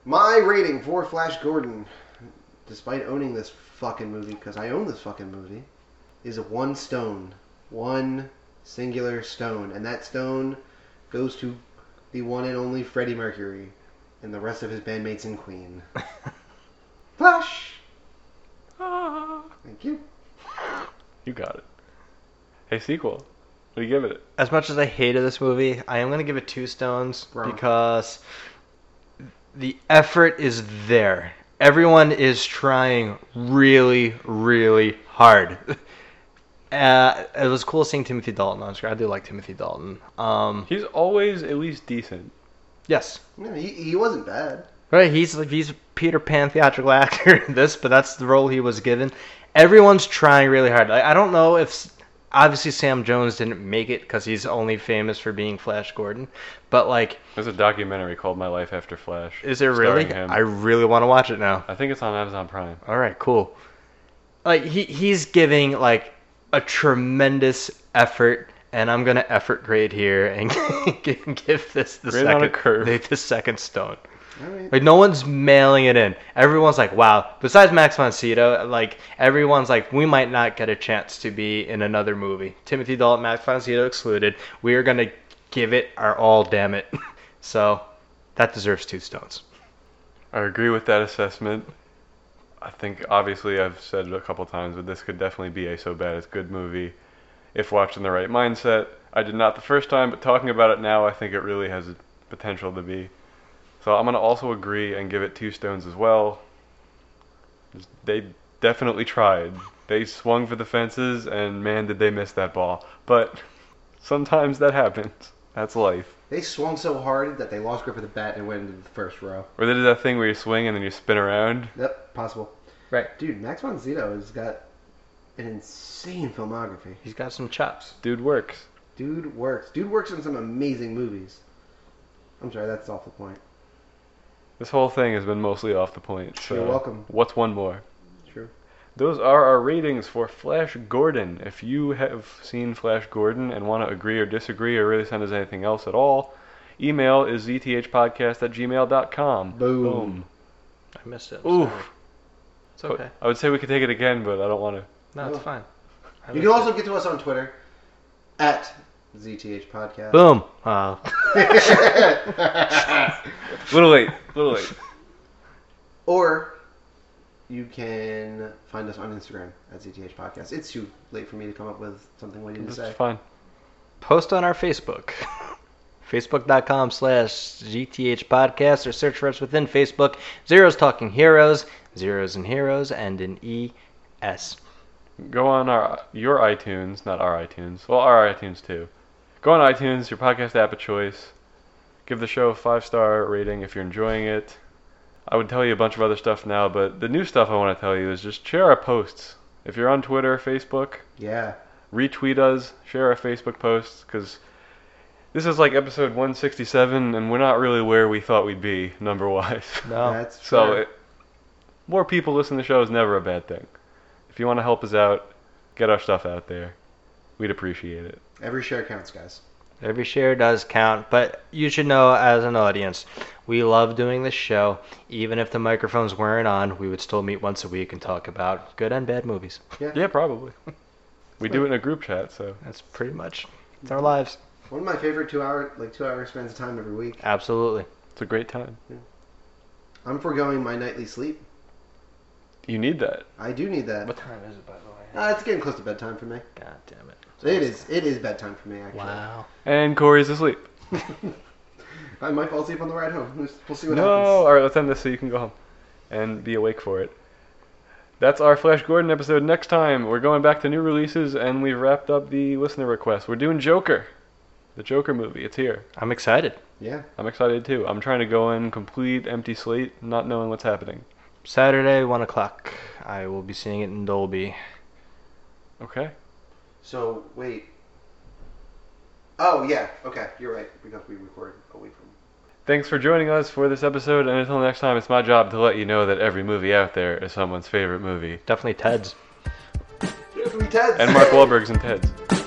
My rating for Flash Gordon, despite owning this fucking movie, because I own this fucking movie, is a one stone, one singular stone, and that stone goes to the one and only Freddie Mercury and the rest of his bandmates in Queen. Flash. Thank you. You got it. Hey, sequel. What do you give it? as much as I hated this movie, I am gonna give it two stones Wrong. because the effort is there. Everyone is trying really, really hard. Uh, it was cool seeing Timothy Dalton on screen. I do like Timothy Dalton. Um, He's always at least decent. yes, No, he, he wasn't bad. right. He's like he's Peter Pan theatrical actor in this, but that's the role he was given. Everyone's trying really hard. Like, I don't know if s- obviously Sam Jones didn't make it because he's only famous for being Flash Gordon, but like There's a documentary called My Life After Flash. Is there starring really? Him. I really want to watch it now. I think it's on Amazon Prime. All right, cool. Like he he's giving like a tremendous effort, and I'm gonna effort grade here and give give this the Grade on a second curve. the, the second stone. All right. Like no one's mailing it in. Everyone's like, wow. Besides Max von Sydow, like everyone's like, we might not get a chance to be in another movie. Timothy Dalton, Max von Sydow excluded. We are gonna give it our all, damn it. so that deserves two stones. I agree with that assessment. I think obviously I've said it a couple times, but this could definitely be a so bad it's good movie if watched in the right mindset. I did not the first time, but talking about it now, I think it really has the potential to be. So I'm gonna also agree and give it two stones as well. They definitely tried. They swung for the fences, and man, did they miss that ball. But sometimes that happens. That's life. They swung so hard that they lost grip of the bat and went into the first row. Or they did that thing where you swing and then you spin around. Yep, possible. Right. Dude, Max von Zito has got an insane filmography. He's got some chops. Dude works. Dude works. Dude works in some amazing movies. I'm sorry, that's off the point. This whole thing has been mostly off the point. So You're welcome. What's one more? True. Those are our ratings for Flash Gordon. If you have seen Flash Gordon and want to agree or disagree or really send us anything else at all, email is zthpodcast at gmail.com. Boom. I missed it. I'm Oof. sorry. It's okay. I would say we could take it again, but I don't want to. No, it's No. fine. I You missed can also it. get to us on Twitter at ZTH Podcast. boom. Uh, Little late. Little late. Or you can find us on Instagram at ZTH Podcast. It's too late for me to come up with something waiting to It's say. fine. post on our Facebook. Facebook.com slash GTH podcast or search for us within Facebook. Zeros Talking Heroes, Zeros and Heroes, and an E ES. Go on our your iTunes, not our iTunes. Well, our iTunes too. Go on iTunes, your podcast app of choice. Give the show a five star rating if you're enjoying it. I would tell you a bunch of other stuff now, but the new stuff I want to tell you is just share our posts. If you're on Twitter, Facebook, Yeah. retweet us, share our Facebook posts, because this is like episode 167, and we're not really where we thought we'd be number wise. No. That's So true. it, more people listen to the show is never a bad thing. If you want to help us out, get our stuff out there. We'd appreciate it. Every share counts, guys. Every share does count, but you should know as an audience, we love doing this show. Even if the microphones weren't on, we would still meet once a week and talk about good and bad movies. Yeah, probably. We do it in a group chat, so That's pretty much it's our lives. One of my favorite two hour like two hour spans of time every week. Absolutely. it's a great time. I'm foregoing my nightly sleep. You need that. I do need that. What time is it, by the way? Uh, it's getting close to bedtime for me. God damn it. It is. It is bedtime for me. Actually, Wow. And Corey's asleep. I might fall asleep on the ride home. We'll- We'll see what No! happens. Alright, let's end this so you can go home and be awake for it. That's our Flash Gordon episode. Next time, we're going back to new releases and we've wrapped up the listener request. We're doing Joker, the Joker movie. It's here. I'm excited. Yeah. I'm excited too. I'm trying to go in complete empty slate, not knowing what's happening. Saturday, 1 o'clock. I will be seeing it in Dolby. Okay. So wait. Oh yeah. Okay, you're right because we record a week from. Thanks for joining us for this episode, and until next time, it's my job to let you know that every movie out there is someone's favorite movie. Definitely Ted's. Definitely Ted's. And Mark Wahlberg's and Ted's.